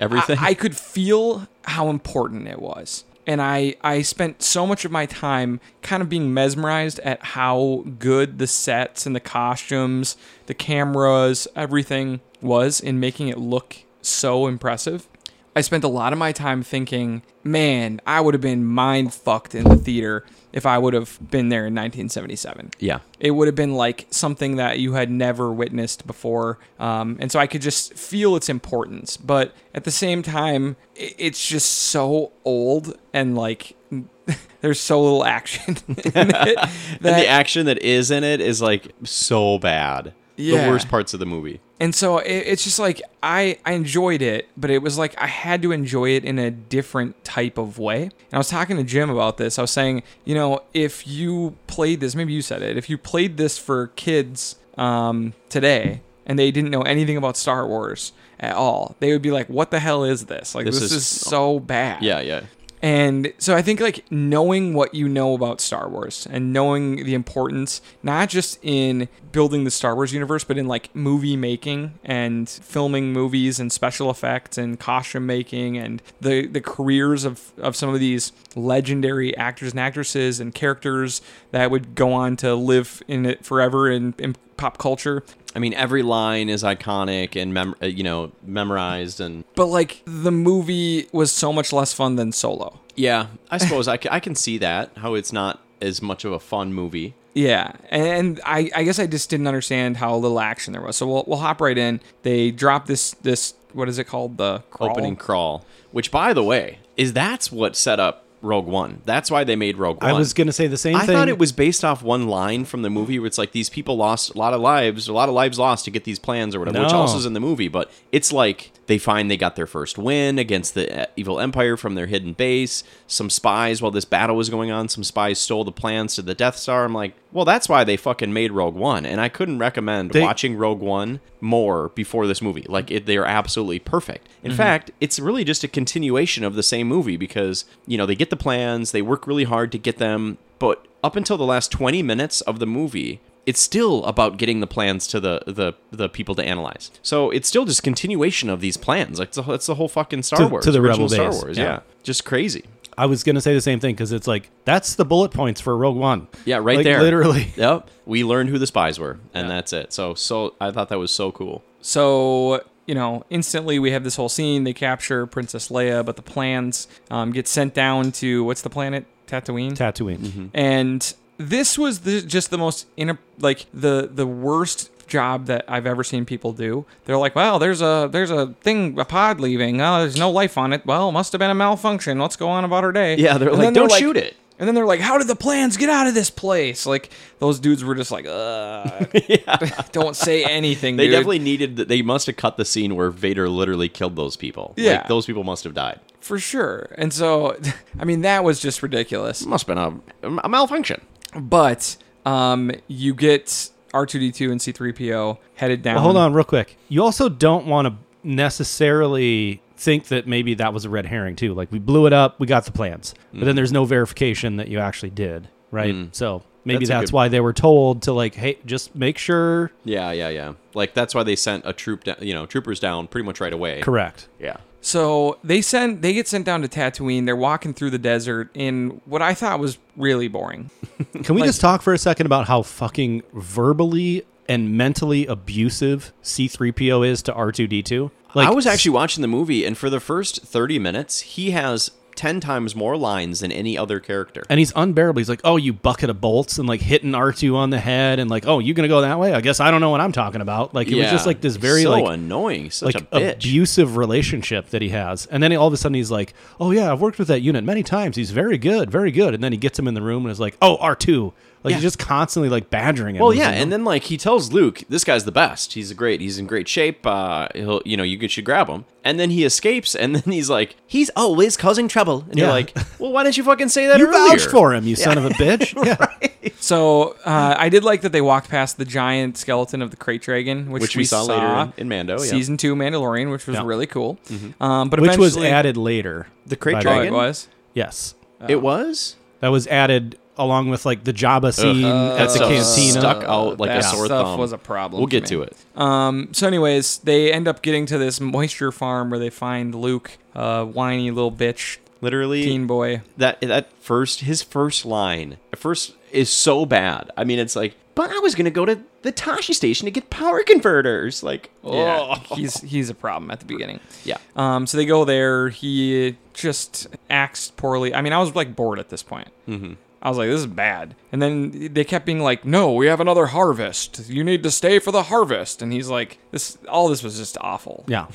[SPEAKER 3] Everything?
[SPEAKER 1] I, I could feel how important it was. And I, I spent so much of my time kind of being mesmerized at how good the sets and the costumes, the cameras, everything was in making it look so impressive. I spent a lot of my time thinking, man, I would have been mind fucked in the theater if I would have been there in 1977
[SPEAKER 3] yeah.
[SPEAKER 1] it would have been like something that you had never witnessed before. Um, and so I could just feel its importance. But at the same time, i- it's just so old and like [LAUGHS] there's so little action [LAUGHS] in it that
[SPEAKER 3] and [LAUGHS] the action that is in it is like so bad.
[SPEAKER 1] Yeah.
[SPEAKER 3] The worst parts of the movie.
[SPEAKER 1] and so it, it's just like I, I enjoyed it but it was like i had to enjoy it in a different type of way and i was talking to jim about this i was saying you know if you played this maybe you said it if you played this for kids um, today and they didn't know anything about star wars at all they would be like what the hell is this like this,
[SPEAKER 3] This
[SPEAKER 1] is,
[SPEAKER 3] is-
[SPEAKER 1] so bad
[SPEAKER 3] Yeah, yeah.
[SPEAKER 1] and so I think like knowing what you know about Star Wars and knowing the importance, not just in building the Star Wars universe, but in like movie making and filming movies and special effects and costume making and the, the careers of, of some of these legendary actors and actresses and characters that would go on to live in it forever in, in pop culture.
[SPEAKER 3] I mean, every line is iconic and, mem- uh, you know, memorized and
[SPEAKER 1] But like the movie was so much less fun than Solo.
[SPEAKER 3] Yeah, I suppose I, c- I can see that how it's not as much of a fun movie.
[SPEAKER 1] Yeah, and I, I guess I just didn't understand how little action there was. So we'll, we'll hop right in. They drop this this what is it called the crawl?
[SPEAKER 3] Opening crawl, which by the way is that's what set up Rogue One. That's why they made Rogue
[SPEAKER 2] I
[SPEAKER 3] One.
[SPEAKER 2] was going to say the same
[SPEAKER 3] I
[SPEAKER 2] thing.
[SPEAKER 3] thought it was based off one line from the movie where it's like these people lost a lot of lives, a lot of lives lost to get these plans or whatever, which
[SPEAKER 2] No.
[SPEAKER 3] also is in the movie. But it's like they find they got their first win against the uh, evil empire from their hidden base. Some spies, while this battle was going on, some spies stole the plans to the Death Star. I'm like, well, that's why they fucking made Rogue One, and I couldn't recommend
[SPEAKER 2] They-
[SPEAKER 3] watching Rogue One more before this movie. Like, it, they are absolutely perfect. In
[SPEAKER 2] Mm-hmm.
[SPEAKER 3] fact, it's really just a continuation of the same movie because you know they get the plans, they work really hard to get them, but up until the last 20 minutes of the movie it's still about getting the plans to the the, the people to analyze so it's still just continuation of these plans like it's the, whole- it's the whole fucking star
[SPEAKER 2] To-
[SPEAKER 3] wars
[SPEAKER 2] to the Rebel
[SPEAKER 3] original star
[SPEAKER 2] days,
[SPEAKER 3] wars
[SPEAKER 2] yeah.
[SPEAKER 3] yeah. just crazy
[SPEAKER 2] I was going to say the same thing because it's like, that's the bullet points for Rogue One.
[SPEAKER 3] yeah right
[SPEAKER 2] Like,
[SPEAKER 3] there [LAUGHS]
[SPEAKER 2] Literally. [LAUGHS]
[SPEAKER 3] yep we learned who the spies were and that's it so so i thought that was so cool
[SPEAKER 1] So you know, instantly we have this whole scene. They capture Princess Leia, but the plans um, get sent down to what's the planet Tatooine,
[SPEAKER 2] Tatooine.
[SPEAKER 3] Mm-hmm.
[SPEAKER 1] and this was the, just the most in like the the worst job that I've ever seen people do. They're like, well, there's a there's a thing a pod leaving. Oh, there's no life on it. Well, must have been a malfunction. Let's go on about our day.
[SPEAKER 3] Yeah, they're
[SPEAKER 1] And
[SPEAKER 3] like,
[SPEAKER 1] then
[SPEAKER 3] "Don't shoot it."
[SPEAKER 1] And then they're like, how did the plans get out of this place? Like those dudes were just like,
[SPEAKER 3] [LAUGHS]
[SPEAKER 1] uh, [LAUGHS] don't say anything.
[SPEAKER 3] they
[SPEAKER 1] dude.
[SPEAKER 3] definitely needed that they must have cut the scene where vader literally killed those people
[SPEAKER 1] Yeah.
[SPEAKER 3] like those people must have died
[SPEAKER 1] for sure. And so, [LAUGHS] I mean, that was just ridiculous.
[SPEAKER 3] must have been a, a malfunction
[SPEAKER 1] But um, you get R2D2 and C3PO headed down.
[SPEAKER 2] Hold on, real quick. You also don't want to necessarily think that maybe that was a red herring too. Like we blew it up, we got the plans, but
[SPEAKER 3] Mm.
[SPEAKER 2] then there's no verification that you actually did, right? So maybe
[SPEAKER 3] That's a
[SPEAKER 2] that's,
[SPEAKER 3] good-
[SPEAKER 2] why they were told to like, hey, just make sure.
[SPEAKER 3] Yeah, yeah, yeah. Like that's why they sent a troop, down, you know, troopers down pretty much right away.
[SPEAKER 2] Correct.
[SPEAKER 3] Yeah.
[SPEAKER 1] So they send they get sent down to Tatooine. They're walking through the desert in what I thought was really boring.
[SPEAKER 2] Can we just talk for a second about how fucking verbally and mentally abusive C3PO is to R2D2? Like
[SPEAKER 3] I was actually watching the movie, and for the first 30 minutes, he has 10 times more lines than any other character.
[SPEAKER 2] and he's unbearable. He's like, "Oh, you bucket of bolts," and like hitting R two on the head, and like, "Oh, you gonna go that way?" I guess I don't know what I'm talking about. Like it was just like this very
[SPEAKER 3] so
[SPEAKER 2] like
[SPEAKER 3] annoying, such
[SPEAKER 2] like
[SPEAKER 3] a bitch.
[SPEAKER 2] abusive relationship that he has, and then all of a sudden he's like, "Oh yeah, I've worked with that unit many times. He's very good, very good." And then he gets him in the room and is like, "Oh, R two, like
[SPEAKER 3] Yeah.
[SPEAKER 2] he's just constantly like badgering him.
[SPEAKER 3] well,
[SPEAKER 2] He's
[SPEAKER 3] Oh, yeah,
[SPEAKER 2] like,
[SPEAKER 3] and then like he tells Luke, "This guy's the best. He's a great. He's in great shape. Uh, he'll, you know, you could- should grab him." And then he escapes, and then he's like, "He's always causing trouble." And
[SPEAKER 2] Yeah.
[SPEAKER 3] you're
[SPEAKER 2] [LAUGHS]
[SPEAKER 3] like, "Well, why didn't you fucking say that
[SPEAKER 2] you
[SPEAKER 3] earlier?"
[SPEAKER 2] vouched for him, you son of a bitch.
[SPEAKER 3] [LAUGHS]
[SPEAKER 2] Yeah,
[SPEAKER 1] So
[SPEAKER 3] Hmm.
[SPEAKER 1] uh, I did like that they walked past the giant skeleton of the crate dragon, which,
[SPEAKER 3] Which we saw later in- in Mando, yeah. Mm-hmm.
[SPEAKER 1] season two Mandalorian, which was
[SPEAKER 2] Yeah.
[SPEAKER 1] really cool. Um, but
[SPEAKER 2] which was
[SPEAKER 1] eventually-
[SPEAKER 2] added later.
[SPEAKER 3] The crate
[SPEAKER 2] by way.
[SPEAKER 1] Oh,
[SPEAKER 3] dragon?
[SPEAKER 1] it was. Oh.
[SPEAKER 2] Yes,
[SPEAKER 3] It was
[SPEAKER 2] that was added along with like the Jabba scene at
[SPEAKER 3] that's
[SPEAKER 2] the
[SPEAKER 3] so
[SPEAKER 2] cantina.
[SPEAKER 3] stuck out like
[SPEAKER 1] Uh, that
[SPEAKER 3] a sore
[SPEAKER 1] stuff
[SPEAKER 3] thumb.
[SPEAKER 1] was a problem
[SPEAKER 3] We'll
[SPEAKER 1] for
[SPEAKER 3] get
[SPEAKER 1] me.
[SPEAKER 3] to it.
[SPEAKER 1] Um, so, anyways, they end up getting to this moisture farm where they find Luke, uh, whiny little bitch,
[SPEAKER 3] Literally,
[SPEAKER 1] teen boy.
[SPEAKER 3] that that first his first line at first is so bad. I mean, it's like, but I was gonna go to the Tashi station to get power converters. Like,
[SPEAKER 1] Yeah,
[SPEAKER 3] oh,
[SPEAKER 1] he's he's a problem at the beginning.
[SPEAKER 3] [LAUGHS] yeah.
[SPEAKER 1] Um, so they go there. He just acts poorly. I mean, I was like bored at this point. Mm-hmm. I was like, this is bad. And then they kept being like, no, we have another harvest. You need to stay for the harvest. And he's like, this all this was just awful.
[SPEAKER 2] Yeah,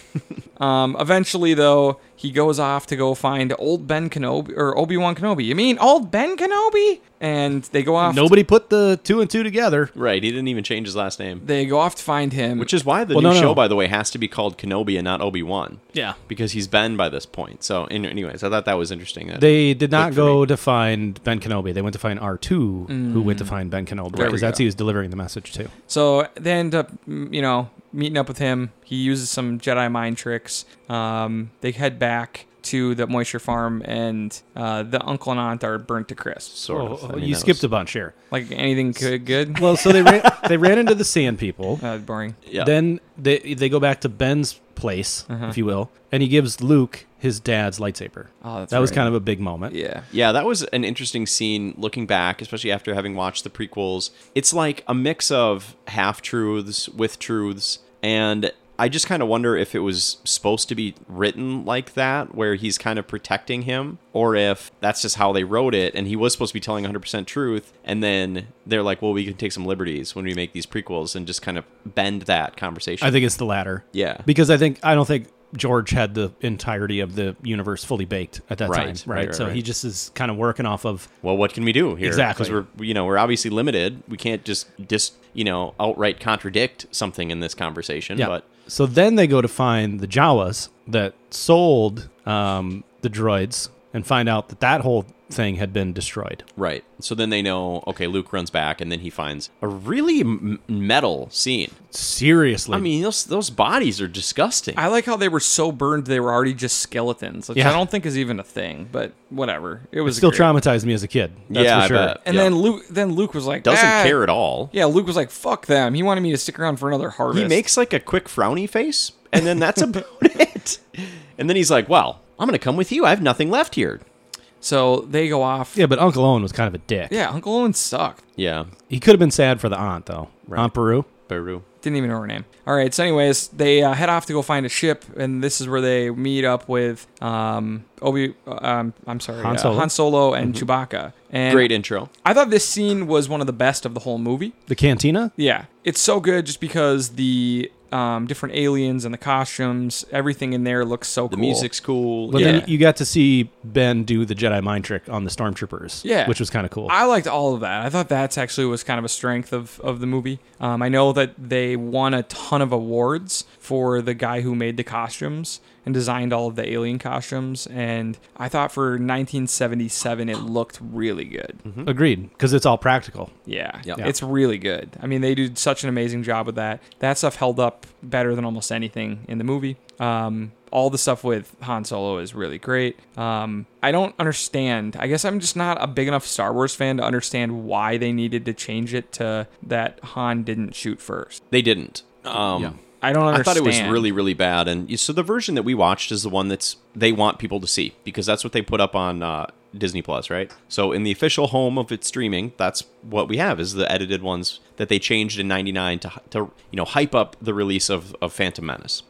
[SPEAKER 1] Um, eventually, though, he goes off to go find old Ben Kenobi or Obi Wan Kenobi. You mean old Ben Kenobi? And they go off.
[SPEAKER 2] nobody put the two and two together.
[SPEAKER 3] Right, he didn't even change his last name,
[SPEAKER 1] They go off to find him.
[SPEAKER 3] which is why the
[SPEAKER 2] Well,
[SPEAKER 3] new
[SPEAKER 2] no, no,
[SPEAKER 3] show,
[SPEAKER 2] no.
[SPEAKER 3] by the way, has to be called Kenobi and not Obi Wan.
[SPEAKER 2] Yeah.
[SPEAKER 3] because he's Ben by this point. So, an- anyways, I thought that was interesting. That
[SPEAKER 2] They did not
[SPEAKER 3] for
[SPEAKER 2] go
[SPEAKER 3] me.
[SPEAKER 2] to find Ben Kenobi. They went to find R2, who went to find Ben Kenobi
[SPEAKER 1] There we
[SPEAKER 2] because that's
[SPEAKER 1] go.
[SPEAKER 2] who he was delivering the message to.
[SPEAKER 1] So they end up, mm, you know, meeting up with him. He uses some Jedi mind tricks. Um, they head back to the moisture farm, and uh, the uncle and aunt are burnt to crisp.
[SPEAKER 3] sort of.
[SPEAKER 2] Oh,
[SPEAKER 3] I mean,
[SPEAKER 2] you
[SPEAKER 3] that
[SPEAKER 2] skipped a
[SPEAKER 3] was,
[SPEAKER 2] bunch here.
[SPEAKER 1] Like anything good, good.
[SPEAKER 2] Well, so they ran, [LAUGHS] they ran into the Sand People.
[SPEAKER 1] Uh, boring.
[SPEAKER 3] yeah. Uh-huh.
[SPEAKER 2] Then they they go back to Ben's place, if you will, and he gives Luke his dad's lightsaber.
[SPEAKER 1] Oh, that's
[SPEAKER 2] that was
[SPEAKER 1] right.
[SPEAKER 2] kind of a big moment.
[SPEAKER 1] Yeah.
[SPEAKER 3] Yeah, that was an interesting scene looking back, especially after having watched the prequels. It's like a mix of half truths with truths. And I just kind of wonder if it was supposed to be written like that, where he's kind of protecting him, or if that's just how they wrote it. And he was supposed to be telling 100% truth. And then they're like, well, we can take some liberties when we make these prequels and just kind of bend that conversation.
[SPEAKER 2] I think it's the latter.
[SPEAKER 3] Yeah.
[SPEAKER 2] Because I think I don't think George had the entirety of the universe fully baked at that
[SPEAKER 3] Right,
[SPEAKER 2] time,
[SPEAKER 3] right,
[SPEAKER 2] right?
[SPEAKER 3] right,
[SPEAKER 2] so he
[SPEAKER 3] right.
[SPEAKER 2] just is kind of working off of
[SPEAKER 3] well, what can we do here?
[SPEAKER 2] Exactly.
[SPEAKER 3] Because we're, you know, we're obviously limited. We can't just, just, you know, outright contradict something in this conversation. But
[SPEAKER 2] so then they go to find the Jawas that sold um, the droids and find out that that whole thing had been destroyed.
[SPEAKER 3] right. So then they know, okay, Luke runs back and then he finds a really m- metal scene.
[SPEAKER 2] Seriously,
[SPEAKER 3] I mean, those, those bodies are disgusting.
[SPEAKER 1] I like how they were so burned they were already just skeletons, which
[SPEAKER 2] Yeah.
[SPEAKER 1] I don't think is even a thing. But whatever, it was
[SPEAKER 2] still
[SPEAKER 1] great.
[SPEAKER 2] traumatized me as a kid. That's
[SPEAKER 3] Yeah,
[SPEAKER 2] for
[SPEAKER 3] I
[SPEAKER 2] sure.
[SPEAKER 3] bet.
[SPEAKER 1] And
[SPEAKER 3] Yeah.
[SPEAKER 1] then Luke, then Luke was like,
[SPEAKER 3] Doesn't
[SPEAKER 1] "Ah."
[SPEAKER 3] care at all.
[SPEAKER 1] Yeah, Luke was like, "Fuck them." He wanted me to stick around for another harvest.
[SPEAKER 3] He makes like a quick frowny face and then that's about it. And then he's like, well, I'm going to come with you. I have nothing left here.
[SPEAKER 1] so they go off.
[SPEAKER 2] Yeah, but Uncle Owen was kind of a dick.
[SPEAKER 1] yeah Uncle Owen sucked.
[SPEAKER 3] Yeah.
[SPEAKER 2] He could have been sad for the aunt though. Aunt Peru.
[SPEAKER 3] Beru.
[SPEAKER 1] Didn't even know her name. All right. So, anyways, they uh, head off to go find a ship, and this is where they meet up with um, Obi. uh, Um, I'm sorry,
[SPEAKER 2] Han
[SPEAKER 1] uh,
[SPEAKER 2] Solo. Mm-hmm.
[SPEAKER 1] Han Solo and Chewbacca. And
[SPEAKER 3] Great intro.
[SPEAKER 1] I thought this scene was one of the best of the whole movie.
[SPEAKER 2] The cantina?
[SPEAKER 1] Yeah, it's so good just because the um, different aliens and the costumes, everything in there looks so
[SPEAKER 3] The
[SPEAKER 1] cool.
[SPEAKER 3] music's cool.
[SPEAKER 2] But
[SPEAKER 3] yeah.
[SPEAKER 2] then you got to see Ben do the Jedi mind trick on the stormtroopers.
[SPEAKER 1] Yeah.
[SPEAKER 2] Which was kind of cool.
[SPEAKER 1] I liked all of that. I thought that's actually was kind of a strength of, of the movie. Um, I know that they won a ton of awards for the guy who made the costumes, and designed all of the alien costumes. And I thought for 1977, it looked really good.
[SPEAKER 3] Hmm?
[SPEAKER 2] Agreed, because it's all practical.
[SPEAKER 1] Yeah.
[SPEAKER 3] Yep.
[SPEAKER 1] It's really good. I mean, they did such an amazing job with that. That stuff held up better than almost anything in the movie. Um, all the stuff with Han Solo is really great. Um, I don't understand. I guess I'm just not a big enough Star Wars fan to understand why they needed to change it to that Han didn't shoot first.
[SPEAKER 3] They didn't. Um,
[SPEAKER 2] Yeah.
[SPEAKER 1] I don't
[SPEAKER 3] I
[SPEAKER 1] understand.
[SPEAKER 3] thought it was really, really bad. And you- so the version that we watched is the one that's they want people to see because that's what they put up on uh, Disney Plus, right? So in the official home of its streaming, that's what we have is the edited ones that they changed in '99 to to you know hype up the release of of Phantom Menace.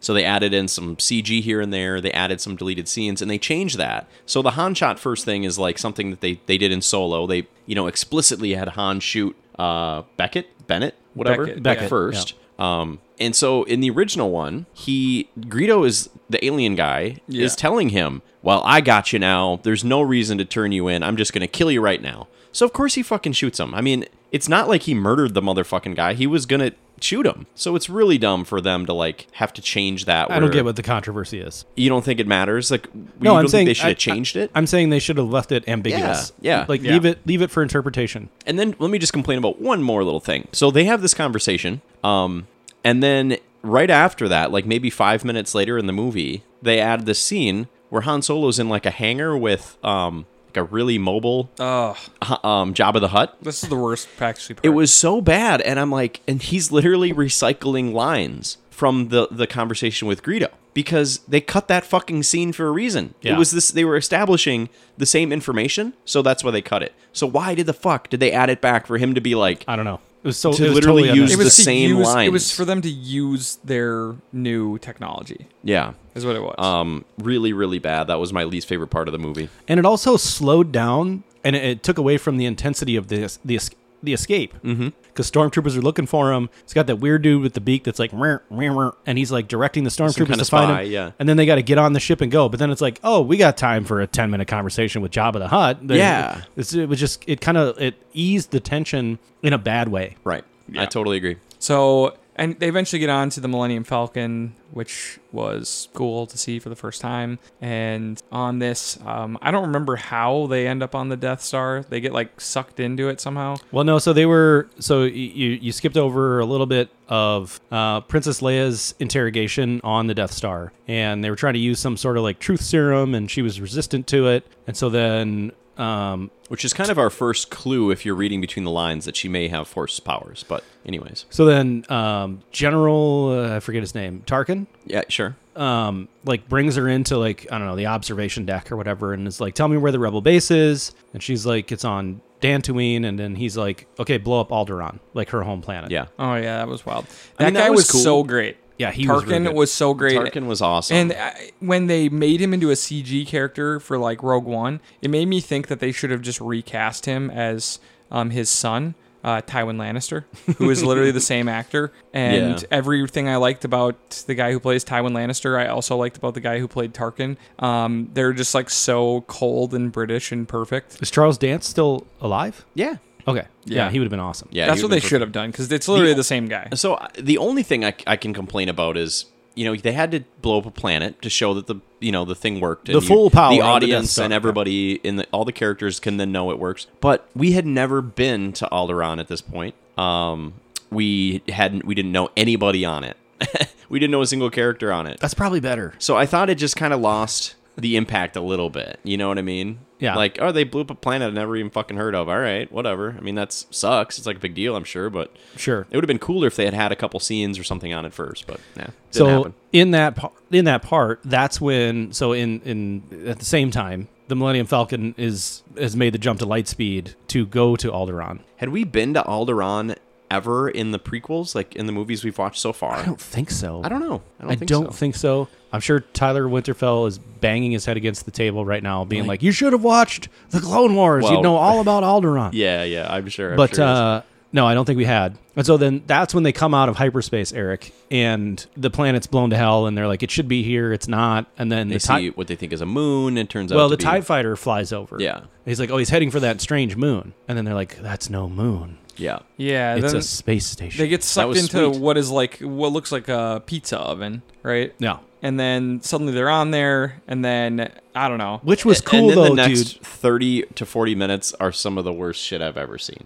[SPEAKER 3] So they added in some CG here and there. They added some deleted scenes, and they changed that. So the Han shot first thing is like something that they they did in Solo. They you know explicitly had Han shoot uh, Beckett, Bennett, whatever,
[SPEAKER 1] Beckett,
[SPEAKER 3] Beck
[SPEAKER 1] yeah.
[SPEAKER 3] first. Um, and so in the original one, he Greedo is the alien guy
[SPEAKER 1] Yeah.
[SPEAKER 3] is telling him, "Well, I got you now. There's no reason to turn you in. I'm just gonna kill you right now." So of course he fucking shoots him. I mean, it's not like he murdered the motherfucking guy. He was gonna shoot him. So it's really dumb for them to like have to change that.
[SPEAKER 2] I don't
[SPEAKER 3] where-
[SPEAKER 2] get what the controversy is.
[SPEAKER 3] you don't think it matters. Like, you
[SPEAKER 2] No,
[SPEAKER 3] don't
[SPEAKER 2] I'm saying
[SPEAKER 3] think they should
[SPEAKER 2] I-
[SPEAKER 3] have changed it.
[SPEAKER 2] I'm saying they should have left it ambiguous.
[SPEAKER 3] Yeah, yeah.
[SPEAKER 2] like
[SPEAKER 1] Yeah.
[SPEAKER 2] leave it leave it for interpretation.
[SPEAKER 3] And then let me just complain about one more little thing. So they have this conversation, um, and then right after that, like maybe five minutes later in the movie, they add this scene where Han Solo's in like a hangar with um, like a really mobile [LAUGHS]
[SPEAKER 1] Ugh,
[SPEAKER 3] uh, um, Jabba the Hutt.
[SPEAKER 1] this is the worst practically part.
[SPEAKER 3] It was so bad, and I'm like, and he's literally recycling lines from the the conversation with Greedo because they cut that fucking scene for a reason. It
[SPEAKER 2] Yeah.
[SPEAKER 3] was this they were establishing the same information, so that's why they cut it. So why did the fuck did they add it back for him to be like
[SPEAKER 2] I don't know. It was so
[SPEAKER 3] To
[SPEAKER 2] it was
[SPEAKER 3] literally
[SPEAKER 2] totally
[SPEAKER 3] use
[SPEAKER 1] It
[SPEAKER 2] unnecessary.
[SPEAKER 1] was
[SPEAKER 3] the
[SPEAKER 1] to
[SPEAKER 3] same
[SPEAKER 1] use- It was
[SPEAKER 3] lines.
[SPEAKER 1] for them to use their new technology.
[SPEAKER 3] yeah.
[SPEAKER 1] Is what it was.
[SPEAKER 3] Um really really bad. That was my least favorite part of the movie.
[SPEAKER 2] and it also slowed down and it, it took away from the intensity of the es- the, es- the escape because
[SPEAKER 3] Mm-hmm.
[SPEAKER 2] stormtroopers are looking for him. It's got that weird dude with the beak that's like "Meow, meow, meow," and he's like directing the stormtroopers
[SPEAKER 3] kinda
[SPEAKER 2] to find
[SPEAKER 3] spy,
[SPEAKER 2] him.
[SPEAKER 3] yeah.
[SPEAKER 2] and then they got to get on the ship and go. But then it's like, oh, we got time for a ten minute conversation with Jabba the Hutt. They-
[SPEAKER 3] Yeah.
[SPEAKER 2] it's, it was just it kind of it eased the tension in a bad way.
[SPEAKER 3] Right. I totally agree.
[SPEAKER 1] So, and they eventually get on to the Millennium Falcon, which was cool to see for the first time. And on this, um, I don't remember how they end up on the Death Star. They get like sucked into it somehow.
[SPEAKER 2] Well, no. So they were. So y- you you skipped over a little bit of uh, Princess Leia's interrogation on the Death Star, and they were trying to use some sort of like truth serum, and she was resistant to it, and so then um,
[SPEAKER 3] Which is kind of our first clue if you're reading between the lines that she may have force powers, but anyways.
[SPEAKER 2] so then um, General uh, I forget his name Tarkin.
[SPEAKER 3] Yeah, sure.
[SPEAKER 2] um, like brings her into like I don't know the observation deck or whatever, and is like, "Tell me where the rebel base is." And she's like, "It's on Dantooine," and then he's like, "Okay, blow up Alderaan, like her home planet."
[SPEAKER 3] Yeah.
[SPEAKER 1] Oh yeah, that was wild. That
[SPEAKER 3] I mean, that
[SPEAKER 1] guy
[SPEAKER 3] was
[SPEAKER 1] was,
[SPEAKER 3] cool.
[SPEAKER 1] so great.
[SPEAKER 2] Yeah, he was
[SPEAKER 1] Tarkin
[SPEAKER 2] really good.
[SPEAKER 1] so great.
[SPEAKER 3] Tarkin was awesome.
[SPEAKER 1] and I, when they made him into a CG character for like Rogue One, it made me think that they should have just recast him as um, his son, uh, Tywin Lannister, who is literally the same actor. And
[SPEAKER 3] Yeah.
[SPEAKER 1] everything I liked about the guy who plays Tywin Lannister, I also liked about the guy who played Tarkin. Um, they're just like so cold and British and perfect.
[SPEAKER 2] Is Charles Dance still alive?
[SPEAKER 3] yeah.
[SPEAKER 2] Okay. Yeah,
[SPEAKER 1] Yeah.
[SPEAKER 2] he would have been awesome.
[SPEAKER 3] Yeah.
[SPEAKER 1] That's
[SPEAKER 3] he
[SPEAKER 1] what
[SPEAKER 3] would've
[SPEAKER 1] they
[SPEAKER 3] been
[SPEAKER 1] should have done because it's literally the, same guy.
[SPEAKER 3] So uh, the only thing I, c- I can complain about is you know they had to blow up a planet to show that the you know the thing worked. and
[SPEAKER 2] The
[SPEAKER 3] you-
[SPEAKER 2] full power of the
[SPEAKER 3] the
[SPEAKER 2] Death
[SPEAKER 3] audience,
[SPEAKER 2] Star,
[SPEAKER 3] and
[SPEAKER 2] yeah.
[SPEAKER 3] everybody in the, all the characters can then know it works. But we had never been to Alderaan at this point. Um, we hadn't. We didn't know anybody on it. [LAUGHS] we didn't know a single character on it.
[SPEAKER 2] That's probably better.
[SPEAKER 3] So I thought it just kind of lost the impact a little bit. You know what I mean?
[SPEAKER 2] Yeah.
[SPEAKER 3] Like, oh, they blew up a planet I never even fucking heard of. All right, whatever. I mean, that sucks. It's like a big deal, I'm sure, but
[SPEAKER 2] Sure.
[SPEAKER 3] it would have been cooler if they had had a couple scenes or something on it first, but nah, didn't
[SPEAKER 2] so
[SPEAKER 3] happen.
[SPEAKER 2] in that par- in that part, that's when so in in at the same time, the Millennium Falcon is has made the jump to light speed to go to Alderaan.
[SPEAKER 3] Had we been to Alderaan ever in the prequels, like in the movies we've watched so far?
[SPEAKER 2] I don't think so.
[SPEAKER 3] I don't know. I don't
[SPEAKER 2] I
[SPEAKER 3] think
[SPEAKER 2] don't
[SPEAKER 3] so.
[SPEAKER 2] think so. I'm sure Tyler Winterfell is banging his head against the table right now, being like, "You should have watched the Clone Wars.
[SPEAKER 3] Well-
[SPEAKER 2] You'd know
[SPEAKER 3] [LAUGHS]
[SPEAKER 2] all about Alderaan."
[SPEAKER 3] Yeah, yeah, I'm sure. I'm
[SPEAKER 2] but
[SPEAKER 3] sure it is.
[SPEAKER 2] uh, no, I don't think we had. And so then that's when they come out of hyperspace, Eric, and the planet's blown to hell, and they're like, "It should be here. It's not." And then
[SPEAKER 3] they
[SPEAKER 2] the ti-
[SPEAKER 3] see what they think is a moon, and it turns
[SPEAKER 2] well,
[SPEAKER 3] out to
[SPEAKER 2] the
[SPEAKER 3] be-
[SPEAKER 2] Tie Fighter flies over.
[SPEAKER 3] Yeah.
[SPEAKER 2] he's like, "Oh, he's heading for that strange moon," and then they're like, "That's no moon."
[SPEAKER 3] Yeah.
[SPEAKER 1] Yeah,
[SPEAKER 2] it's
[SPEAKER 1] then
[SPEAKER 2] a space station.
[SPEAKER 1] they get sucked
[SPEAKER 3] was
[SPEAKER 1] into
[SPEAKER 3] sweet.
[SPEAKER 1] what is like what looks like a pizza oven, right?
[SPEAKER 2] no,
[SPEAKER 1] And then suddenly they're on there, and then I don't know.
[SPEAKER 2] which was
[SPEAKER 3] A-
[SPEAKER 2] cool
[SPEAKER 3] and then
[SPEAKER 2] though,
[SPEAKER 3] the next
[SPEAKER 2] dude.
[SPEAKER 3] 30 to 40 minutes are some of the worst shit I've ever seen.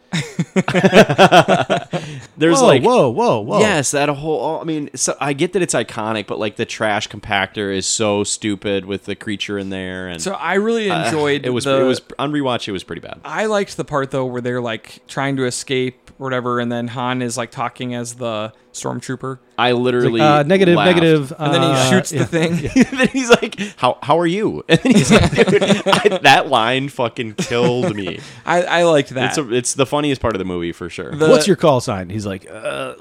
[SPEAKER 3] There's
[SPEAKER 2] whoa,
[SPEAKER 3] like
[SPEAKER 2] whoa, whoa, whoa. Uh,
[SPEAKER 3] Yes, that whole. oh, I mean, so I get that it's iconic, but like the trash compactor is so stupid with the creature in there, and
[SPEAKER 1] So I really
[SPEAKER 3] uh,
[SPEAKER 1] enjoyed
[SPEAKER 3] it was
[SPEAKER 1] the,
[SPEAKER 3] it was on rewatch. It was pretty bad.
[SPEAKER 1] I liked the part though where they're like trying to escape or whatever, and then Han is like talking as the stormtrooper,
[SPEAKER 3] I literally
[SPEAKER 2] Uh, negative,
[SPEAKER 3] laughed. [LAUGHS]
[SPEAKER 2] negative.
[SPEAKER 1] and then he
[SPEAKER 2] uh,
[SPEAKER 1] shoots
[SPEAKER 2] yeah.
[SPEAKER 1] the thing.
[SPEAKER 3] then he's like, "How how are you?" And then he's like, "Dude, I, that line fucking killed
[SPEAKER 2] [LAUGHS]
[SPEAKER 3] me."
[SPEAKER 1] I, I liked that.
[SPEAKER 3] It's a, it's the funniest part of the movie for sure.
[SPEAKER 1] The-
[SPEAKER 2] What's your call sign? He's like, uh,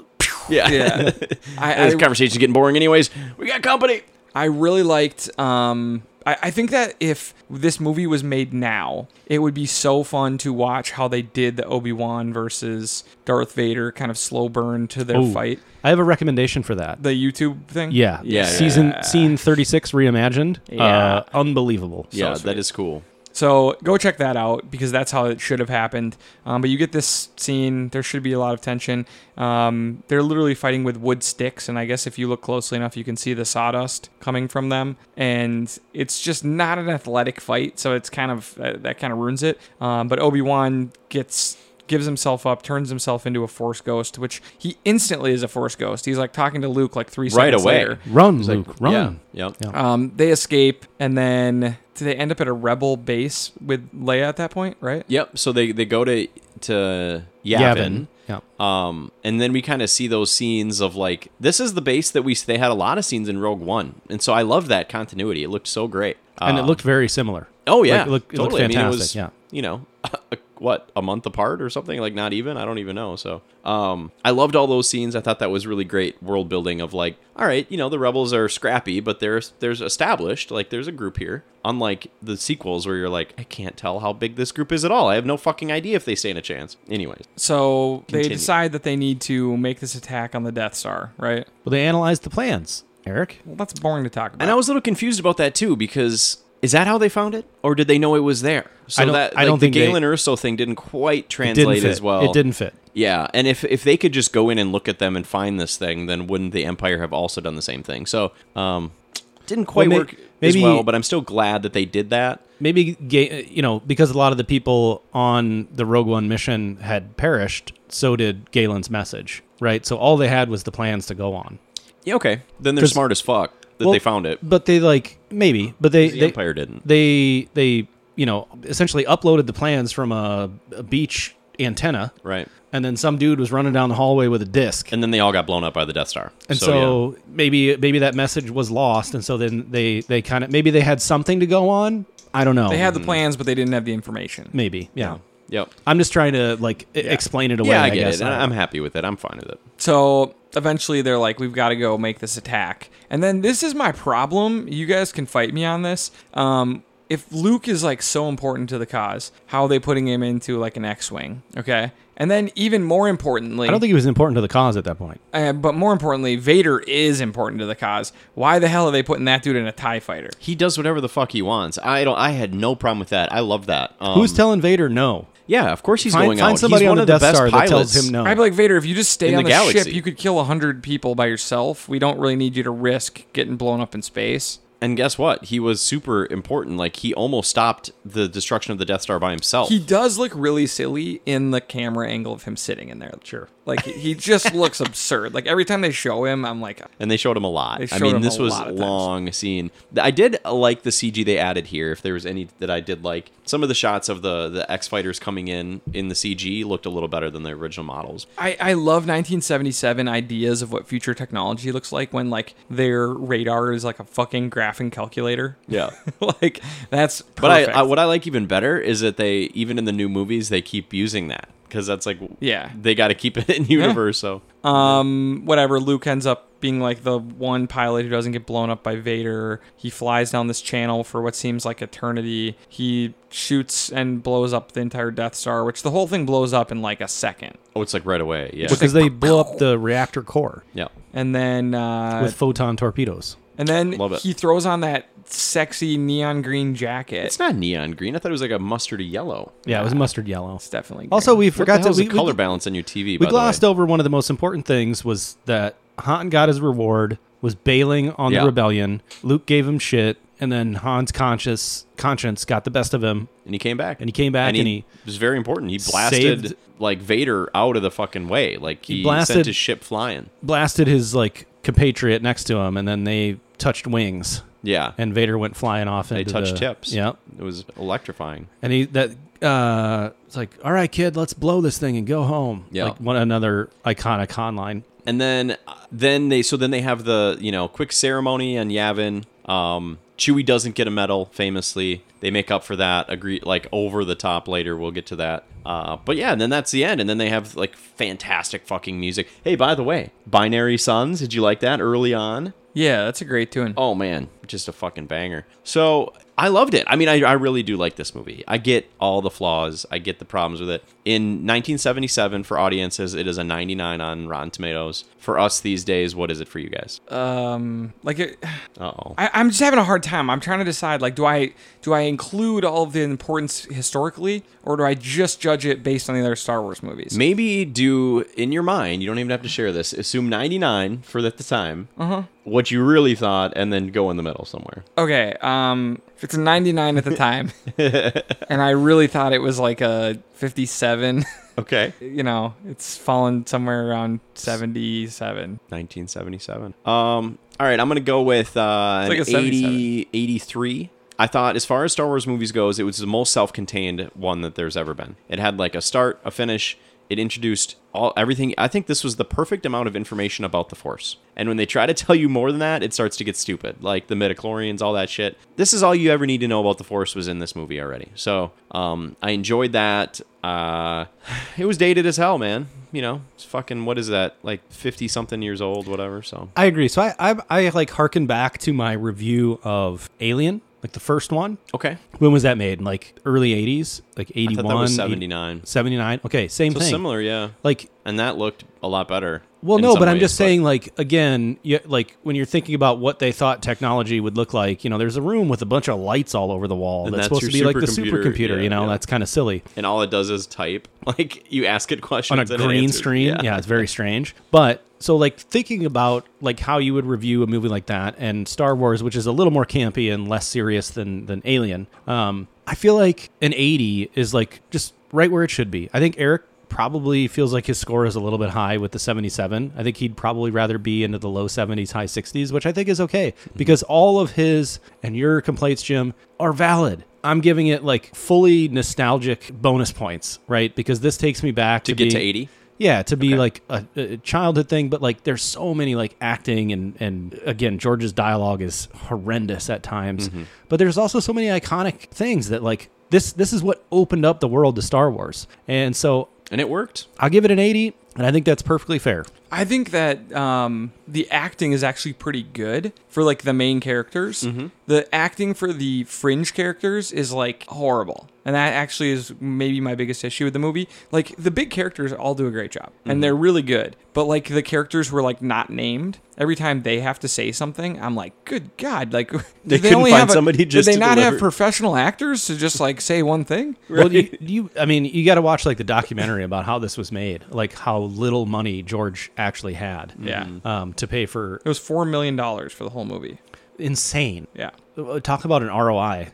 [SPEAKER 3] yeah,
[SPEAKER 1] yeah. I,
[SPEAKER 3] [LAUGHS] this
[SPEAKER 1] I,
[SPEAKER 3] conversation's getting boring, anyways. We got company.
[SPEAKER 1] I really liked. Um, I, I think that if this movie was made now, it would be so fun to watch how they did the Obi Wan versus Darth Vader kind of slow burn to their
[SPEAKER 2] ooh.
[SPEAKER 1] fight.
[SPEAKER 2] I have a recommendation for that.
[SPEAKER 1] The YouTube thing.
[SPEAKER 2] Yeah.
[SPEAKER 3] Yeah, yeah,
[SPEAKER 2] Season
[SPEAKER 1] yeah.
[SPEAKER 2] scene 36 reimagined.
[SPEAKER 1] Yeah.
[SPEAKER 2] Uh, unbelievable.
[SPEAKER 3] yeah,
[SPEAKER 1] sweet.
[SPEAKER 3] that is cool.
[SPEAKER 1] So go check that out because that's how it should have happened. Um, but you get this scene. There should be a lot of tension. Um, they're literally fighting with wood sticks, and I guess if you look closely enough, you can see the sawdust coming from them. And it's just not an athletic fight, so it's kind of uh, that kind of ruins it. Um, but Obi Wan gets gives himself up, turns himself into a force ghost, which he instantly is a force ghost. He's like talking to Luke like three
[SPEAKER 3] Right
[SPEAKER 1] seconds
[SPEAKER 3] away.
[SPEAKER 1] later.
[SPEAKER 2] Run,
[SPEAKER 3] It's
[SPEAKER 2] Luke,
[SPEAKER 3] like,
[SPEAKER 2] run.
[SPEAKER 3] Yeah, yeah.
[SPEAKER 2] Yeah.
[SPEAKER 1] Um, they escape, and then do they end up at a rebel base with Leia at that point, right?
[SPEAKER 3] Yep. So they they go to to
[SPEAKER 2] Yavin.
[SPEAKER 3] Yavin.
[SPEAKER 2] Yeah.
[SPEAKER 3] Um, and then we kind of see those scenes of like this is the base that we they had a lot of scenes in Rogue One, and so I love that continuity. It looked so great,
[SPEAKER 2] And it
[SPEAKER 3] Uh,
[SPEAKER 2] looked very similar.
[SPEAKER 3] oh yeah,
[SPEAKER 2] like, it looked- it looked
[SPEAKER 3] totally. I mean, it was
[SPEAKER 2] fantastic, yeah.
[SPEAKER 3] you know [LAUGHS] what a month apart or something like not even I don't even know. So um, I loved all those scenes. I thought that was really great world building of like all right, you know the rebels are scrappy, but there's there's established like there's a group here. Unlike the sequels where you're like I can't tell how big this group is at all. I have no fucking idea if they stand a chance. Anyways,
[SPEAKER 1] So they
[SPEAKER 3] Continue.
[SPEAKER 1] decide that they need to make this attack on the Death Star, right?
[SPEAKER 2] Well, they analyzed the plans, Eric.
[SPEAKER 1] Well, that's boring to talk about.
[SPEAKER 3] And I was a little confused about that too because is that how they found it, or did they know it was there? So
[SPEAKER 2] I don't-
[SPEAKER 3] that
[SPEAKER 2] I don't
[SPEAKER 3] the
[SPEAKER 2] think they-
[SPEAKER 3] Galen Urso thing didn't quite
[SPEAKER 2] It didn't
[SPEAKER 3] translate
[SPEAKER 2] fit.
[SPEAKER 3] as well.
[SPEAKER 2] It didn't fit.
[SPEAKER 3] Yeah, and if if they could just go in and look at them and find this thing, then wouldn't the Empire have also done the same thing? So, um, didn't quite
[SPEAKER 2] may-
[SPEAKER 3] work
[SPEAKER 2] maybe-
[SPEAKER 3] as well. But I'm still glad that they did that.
[SPEAKER 2] Maybe ga- you know because a lot of the people on the Rogue One mission had perished. So did Galen's message, right? So all they had was the plans to go on.
[SPEAKER 3] Yeah, okay. Then they're
[SPEAKER 2] 'Cause-
[SPEAKER 3] smart as fuck that
[SPEAKER 2] Well,
[SPEAKER 3] they found it.
[SPEAKER 2] but they like maybe, but they
[SPEAKER 3] The
[SPEAKER 2] they
[SPEAKER 3] Empire didn't.
[SPEAKER 2] they they you know essentially uploaded the plans from a, a beach antenna,
[SPEAKER 3] Right.
[SPEAKER 2] and then some dude was running down the hallway with a disc,
[SPEAKER 3] And then they all got blown up by the Death Star.
[SPEAKER 2] And so,
[SPEAKER 3] yeah.
[SPEAKER 2] maybe maybe that message was lost, and so then they they kind of maybe they had something to go on. I don't know.
[SPEAKER 1] they had the plans, but they didn't have the information.
[SPEAKER 2] maybe yeah.
[SPEAKER 3] Yep.
[SPEAKER 2] I'm just trying to like e- explain it away.
[SPEAKER 3] yeah, I
[SPEAKER 2] I,
[SPEAKER 3] get
[SPEAKER 2] guess.
[SPEAKER 3] it. and I'm happy with it. I'm fine with it.
[SPEAKER 1] So eventually they're like, we've got to go make this attack. And then this is my problem. You guys can fight me on this. Um, if Luke is like so important to the cause, how are they putting him into like an X-wing? Okay, and then even more importantly,
[SPEAKER 2] I don't think he was important to the cause at that point.
[SPEAKER 1] Uh, but more importantly, Vader is important to the cause. Why the hell are they putting that dude in a Tie Fighter?
[SPEAKER 3] He does whatever the fuck he wants. I don't. I had no problem with that. I love that. Um,
[SPEAKER 2] Who's telling Vader no?
[SPEAKER 3] Yeah, of course he's
[SPEAKER 2] Find,
[SPEAKER 3] going
[SPEAKER 2] find
[SPEAKER 3] out.
[SPEAKER 2] somebody
[SPEAKER 3] he's
[SPEAKER 2] on
[SPEAKER 3] one
[SPEAKER 2] the
[SPEAKER 3] of the
[SPEAKER 2] Death
[SPEAKER 3] best
[SPEAKER 2] Star
[SPEAKER 3] pilots.
[SPEAKER 2] that tells him no.
[SPEAKER 1] I'd be like, Vader, if you just stay
[SPEAKER 3] In
[SPEAKER 1] on the,
[SPEAKER 3] the
[SPEAKER 1] ship,
[SPEAKER 3] galaxy.
[SPEAKER 1] you could kill 100 people by yourself. We don't really need you to risk getting blown up in space.
[SPEAKER 3] And guess what? He was super important. Like he almost stopped the destruction of the Death Star by himself.
[SPEAKER 1] He does look really silly in the camera angle of him sitting in there. Sure. Like, he just [LAUGHS] looks absurd. Like, every time they show him, I'm like,
[SPEAKER 3] and they showed him a lot.
[SPEAKER 1] They
[SPEAKER 3] I
[SPEAKER 1] showed
[SPEAKER 3] mean,
[SPEAKER 1] him
[SPEAKER 3] this
[SPEAKER 1] a
[SPEAKER 3] was
[SPEAKER 1] lot of times.
[SPEAKER 3] long scene. Th- I did like the CG they added here. If there was any that I did like, some of the shots of the the X fighters coming in in the CG looked a little better than the original models.
[SPEAKER 1] I, I love 1977 ideas of what future technology looks like when, like, their radar is like a fucking graphing calculator.
[SPEAKER 3] Yeah.
[SPEAKER 1] [LAUGHS] like, that's perfect.
[SPEAKER 3] [LAUGHS] But I, I, what I like even better is that they even in the new movies they keep using that because that's like
[SPEAKER 1] Yeah.
[SPEAKER 3] they got to keep it in [LAUGHS] universe. So
[SPEAKER 1] Um, whatever. Luke ends up being like the one pilot who doesn't get blown up by Vader. He flies down this channel for what seems like eternity. He shoots and blows up the entire Death Star, which the whole thing blows up in like a second.
[SPEAKER 3] Oh, it's like right away. Yeah.
[SPEAKER 2] because they blow up the reactor core
[SPEAKER 3] yeah.
[SPEAKER 1] And then uh,
[SPEAKER 2] with photon torpedoes.
[SPEAKER 1] and then
[SPEAKER 3] Love it.
[SPEAKER 1] he throws on that sexy neon green jacket.
[SPEAKER 3] It's not neon green. I thought it was like a mustardy yellow.
[SPEAKER 2] Yeah, it was mustard yellow.
[SPEAKER 1] It's definitely green.
[SPEAKER 2] Also, we
[SPEAKER 3] What the
[SPEAKER 2] forgot
[SPEAKER 3] hell
[SPEAKER 2] to
[SPEAKER 3] is
[SPEAKER 2] we,
[SPEAKER 3] the color
[SPEAKER 2] we,
[SPEAKER 3] balance on your TV?
[SPEAKER 2] we
[SPEAKER 3] by
[SPEAKER 2] glossed
[SPEAKER 3] the way?
[SPEAKER 2] over one of the most important things was that Han got his reward, was bailing on
[SPEAKER 3] Yeah.
[SPEAKER 2] the rebellion. Luke gave him shit, and then Han's conscious conscience got the best of him.
[SPEAKER 3] and he came back.
[SPEAKER 2] And he came back and he
[SPEAKER 3] it was very important. He blasted
[SPEAKER 2] saved-
[SPEAKER 3] like Vader out of the fucking way. Like he,
[SPEAKER 2] blasted-
[SPEAKER 3] sent his ship flying.
[SPEAKER 2] Blasted his like compatriot next to him, and then they touched wings,
[SPEAKER 3] Yeah.
[SPEAKER 2] and Vader went flying off.
[SPEAKER 3] they
[SPEAKER 2] Into
[SPEAKER 3] touched
[SPEAKER 2] the-
[SPEAKER 3] tips.
[SPEAKER 2] Yep.
[SPEAKER 3] It was electrifying.
[SPEAKER 2] and he that uh it's like all right kid let's blow this thing and go home
[SPEAKER 3] Yeah.
[SPEAKER 2] like one another iconic con line
[SPEAKER 3] And then then they so then they have the, you know, quick ceremony on Yavin. Um Chewie doesn't get a medal famously. They make up for that. Agree like over the top later. We'll get to that. Uh but yeah, and then that's the end and then they have like fantastic fucking music. Hey, by the way, Binary Sons, did you like that early on?
[SPEAKER 1] yeah, that's a great tune.
[SPEAKER 3] Oh man, just a fucking banger. So I loved it. I mean, I, I really do like this movie. I get all the flaws. I get the problems with it. In 1977, for audiences, it is a 99 on Rotten Tomatoes. For us these days, what is it for you guys?
[SPEAKER 1] Um, like it,
[SPEAKER 3] Oh,
[SPEAKER 1] I, I'm just having a hard time. I'm trying to decide like, do I do I include all of the importance historically, or do I just judge it based on the other Star Wars movies?
[SPEAKER 3] maybe do in your mind. You don't even have to share this. Assume 99 for at the time. Uh-huh. What you really thought, and then go in the middle somewhere.
[SPEAKER 1] Okay, um, if it's a 99 at the time, and I really thought it was like a 57,
[SPEAKER 3] Okay.
[SPEAKER 1] [LAUGHS] you know, it's fallen somewhere around 77.
[SPEAKER 3] 1977. Um, all right, I'm gonna go with uh,
[SPEAKER 1] It's
[SPEAKER 3] an
[SPEAKER 1] like a
[SPEAKER 3] 80, 83. I thought, as far as Star Wars movies goes, it was the most self-contained one that there's ever been. It had like a start, a finish. It introduced all everything. I think this was the perfect amount of information about the Force. And when they try to [LAUGHS] tell you more than that, it starts to get stupid, like the midichlorians, all that shit. This is all you ever need to know about the Force was in this movie already. So um, I enjoyed that. Uh, [LAUGHS] it was dated as hell, man. You know, it's fucking what is that? Like fifty something years old, whatever. So
[SPEAKER 2] i agree so i i, I like harken back to my review of alien like the first one
[SPEAKER 3] okay,
[SPEAKER 2] when was that made like early 80s like 81
[SPEAKER 3] that was
[SPEAKER 2] 79
[SPEAKER 3] 79.
[SPEAKER 2] 79 okay same
[SPEAKER 3] so
[SPEAKER 2] thing
[SPEAKER 3] similar, yeah.
[SPEAKER 2] like
[SPEAKER 3] And that looked a lot better.
[SPEAKER 2] Well,
[SPEAKER 3] in
[SPEAKER 2] no,
[SPEAKER 3] some
[SPEAKER 2] but I'm
[SPEAKER 3] ways,
[SPEAKER 2] just saying, like, again, you, like when you're thinking about what they thought technology would look like, you know, there's a room with a bunch of lights all over the wall
[SPEAKER 3] And
[SPEAKER 2] that's,
[SPEAKER 3] that's
[SPEAKER 2] supposed to be
[SPEAKER 3] your
[SPEAKER 2] like the
[SPEAKER 3] supercomputer,
[SPEAKER 2] supercomputer.
[SPEAKER 3] yeah,
[SPEAKER 2] you know,
[SPEAKER 3] yeah.
[SPEAKER 2] that's kind of silly
[SPEAKER 3] And all it does is type. [LAUGHS] Like you ask it
[SPEAKER 2] on
[SPEAKER 3] questions
[SPEAKER 2] a
[SPEAKER 3] and it
[SPEAKER 2] green
[SPEAKER 3] answers.
[SPEAKER 2] screen. Yeah. it's very strange. But so, like, thinking about like how you would review a movie like that and Star Wars, which is a little more campy and less serious than than Alien. Um, I feel like an 80 is like just right where it should be. I think Eric probably feels like his score is a little bit high with the 77. I think he'd probably rather be into the low 70s, high 60s, which I think is okay
[SPEAKER 3] Mm-hmm.
[SPEAKER 2] because all of his and your complaints, Jim, are valid. I'm giving it like fully nostalgic bonus points, right? Because this takes me back to,
[SPEAKER 3] to get to
[SPEAKER 2] being-
[SPEAKER 3] eighty.
[SPEAKER 2] yeah, to be like a, a childhood thing, but like there's so many like acting and and again George's dialogue is horrendous at times, but there's also so many iconic things that like this this is what opened up the world to Star Wars, and so
[SPEAKER 3] And it worked.
[SPEAKER 2] I'll give it an 80, and I think that's perfectly fair.
[SPEAKER 1] I think that um, the acting is actually pretty good for like the main characters.
[SPEAKER 3] Mm-hmm.
[SPEAKER 1] The acting for the fringe characters is like horrible, and that actually is maybe my biggest issue with the movie. Like the big characters all do a great job,
[SPEAKER 3] Mm-hmm.
[SPEAKER 1] and they're really good. But like the characters were like not named. Every time they have to say something, I'm like, good god! Like [LAUGHS] did they,
[SPEAKER 3] couldn't
[SPEAKER 1] only
[SPEAKER 3] find
[SPEAKER 1] have a-
[SPEAKER 3] somebody just
[SPEAKER 1] Did they
[SPEAKER 3] to
[SPEAKER 1] not have
[SPEAKER 3] deliver-
[SPEAKER 1] professional actors to just like say one thing?
[SPEAKER 2] Well, you, you I mean, you got to watch like the documentary about how this was made, like how little money George actually had,
[SPEAKER 1] Yeah.
[SPEAKER 2] um, to pay for
[SPEAKER 1] It was four million dollars for the whole movie.
[SPEAKER 2] insane.
[SPEAKER 1] Yeah.
[SPEAKER 2] Talk about an ROI,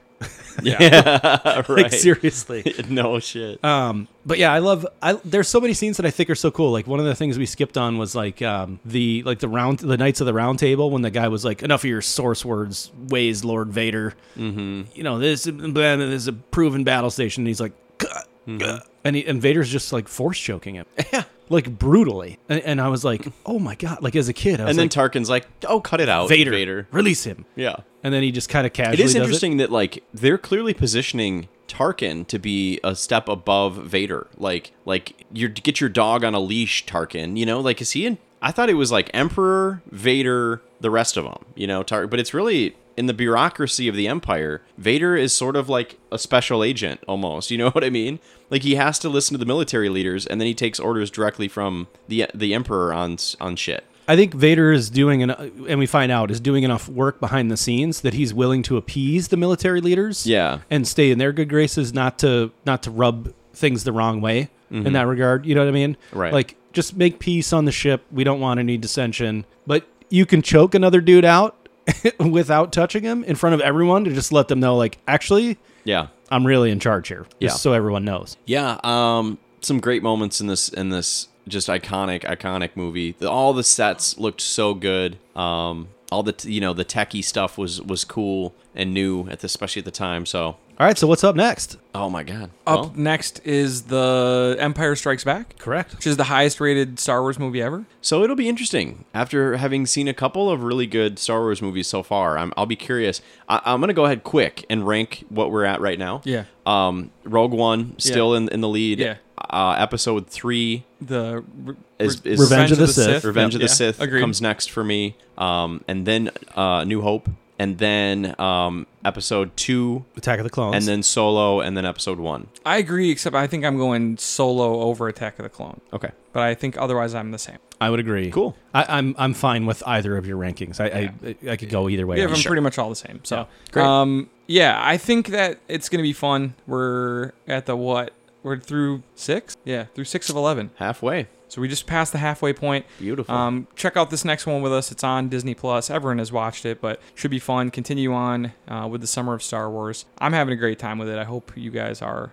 [SPEAKER 1] Yeah.
[SPEAKER 2] [LAUGHS] like
[SPEAKER 3] [LAUGHS] right.
[SPEAKER 2] seriously.
[SPEAKER 3] no shit. [LAUGHS]
[SPEAKER 2] Um, but yeah, I love. I there's so many scenes that I think are so cool. Like one of the things we skipped on was like um, the like the round the Knights of the Round Table when the guy was like, "Enough of your source words, ways, Lord Vader." Mm-hmm. You know this. blah, blah, This is a proven battle station. And he's like, "Gah, gah."
[SPEAKER 3] Mm-hmm.
[SPEAKER 2] and he, and Vader's just like force choking him, yeah, like brutally. And, and I was
[SPEAKER 3] [LAUGHS]
[SPEAKER 2] like, "Oh my god!" Like as a kid, I was
[SPEAKER 3] and then
[SPEAKER 2] like,
[SPEAKER 3] Tarkin's like, "Oh, cut it out,
[SPEAKER 2] "Vader,
[SPEAKER 3] Vader."
[SPEAKER 2] release him."
[SPEAKER 3] Yeah.
[SPEAKER 2] And then he just kind of casually.
[SPEAKER 3] It is
[SPEAKER 2] does
[SPEAKER 3] interesting that like they're clearly positioning Tarkin to be a step above Vader. Like like you get your dog on a leash, Tarkin. You know, like is he in? I thought it was like Emperor Vader, the rest of them. You know, Tar- but it's really in the bureaucracy of the Empire. Vader is sort of like a special agent almost. You know [LAUGHS] what I mean? Like he has to listen to the military leaders, and then he takes orders directly from the the Emperor on s- on shit.
[SPEAKER 2] I think Vader is doing, an, and we find out, is doing enough work behind the scenes that he's willing to appease the military leaders.
[SPEAKER 3] Yeah.
[SPEAKER 2] and stay in their good graces, not to not to rub things the wrong way in that regard. You know what I mean?
[SPEAKER 3] Mm-hmm. Right.
[SPEAKER 2] Like just make peace on the ship. We don't want any dissension, but you can choke another dude out [LAUGHS] without touching him in front of everyone to just let them know, like, actually,
[SPEAKER 3] Yeah.
[SPEAKER 2] I'm really in charge here. Just
[SPEAKER 3] Yeah.
[SPEAKER 2] so everyone knows.
[SPEAKER 3] Yeah, um, some great moments in this in this just iconic iconic movie. The, all the sets looked so good. Um, all the t- you know the techie stuff was was cool and new at the, especially at the time. So
[SPEAKER 2] All right. So what's up next?
[SPEAKER 3] oh my god,
[SPEAKER 1] Up
[SPEAKER 3] Well,
[SPEAKER 1] next is the Empire Strikes Back,
[SPEAKER 2] Correct.
[SPEAKER 1] which is the highest rated Star Wars movie ever.
[SPEAKER 3] so it'll be interesting after having seen a couple of really good Star Wars movies so far. I'm, I'll be curious. I, I'm gonna go ahead quick and rank what we're at right now.
[SPEAKER 1] Yeah.
[SPEAKER 3] Um, Rogue One still in in the lead.
[SPEAKER 1] Yeah.
[SPEAKER 3] Uh, episode three
[SPEAKER 1] The re-
[SPEAKER 3] Is-
[SPEAKER 1] re-
[SPEAKER 3] is- Revenge
[SPEAKER 2] of the Sith.
[SPEAKER 3] Revenge of the
[SPEAKER 1] Yeah,
[SPEAKER 3] Sith
[SPEAKER 1] agreed.
[SPEAKER 3] comes next for me, um, and then uh, New Hope, and then um, Episode Two,
[SPEAKER 2] Attack of the Clones.
[SPEAKER 3] and then Solo, and then Episode One.
[SPEAKER 1] I agree, except I think I'm going solo over Attack of the Clone.
[SPEAKER 3] Okay,
[SPEAKER 1] But I think otherwise I'm the
[SPEAKER 3] Oh,
[SPEAKER 1] same.
[SPEAKER 2] I would agree.
[SPEAKER 3] Cool.
[SPEAKER 2] I, I'm I'm fine with either of your rankings. I I, I could go either way.
[SPEAKER 1] Yeah,
[SPEAKER 2] on
[SPEAKER 1] I'm
[SPEAKER 2] this.
[SPEAKER 1] pretty much all the same. So,
[SPEAKER 3] Great.
[SPEAKER 1] um, yeah, I think that it's gonna be fun. We're at the what? We're through six? Yeah, through six of eleven.
[SPEAKER 3] halfway.
[SPEAKER 1] So we just passed the halfway point.
[SPEAKER 3] Beautiful.
[SPEAKER 1] Um, check out this next one with us. It's on Disney Plus. Everyone has watched it, but should be fun. Continue on uh, with the summer of Star Wars. I'm having a great time with it. I hope you guys are.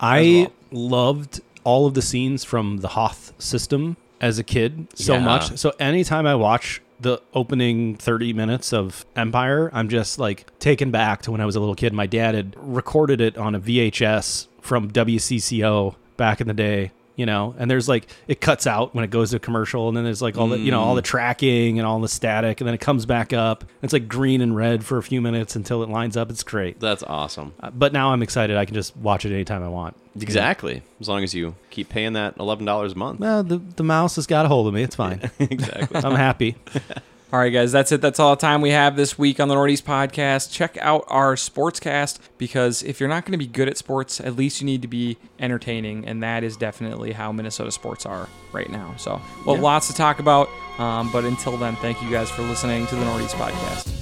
[SPEAKER 2] I loved all of the scenes from the Hoth system as a kid so
[SPEAKER 3] Yeah.
[SPEAKER 2] much. So anytime I watch the opening 30 minutes of Empire, I'm just like taken back to when I was a little kid. My dad had recorded it on a VHS from WCCO back in the day. You know, and there's like it cuts out when it goes to commercial, and then there's like all the you know all the tracking and all the static, and then it comes back up. It's like green and red for a few minutes until it lines up. It's great,
[SPEAKER 3] That's awesome.
[SPEAKER 2] Uh, but now I'm excited. I can just watch it anytime I want.
[SPEAKER 3] Exactly. As long as you keep paying that eleven dollars a month.
[SPEAKER 2] Well, the, the mouse has got a hold of me. It's fine.
[SPEAKER 3] exactly.
[SPEAKER 2] I'm happy.
[SPEAKER 1] All right, guys, that's it. That's all the time we have this week on the Northeast Podcast. Check out our sportscast because if you're not going to be good at sports, at least you need to be entertaining, and that is definitely how Minnesota sports are right now. So, well,
[SPEAKER 2] Yeah.
[SPEAKER 1] lots to talk about. Um, but until then, thank you guys for listening to the Northeast Podcast.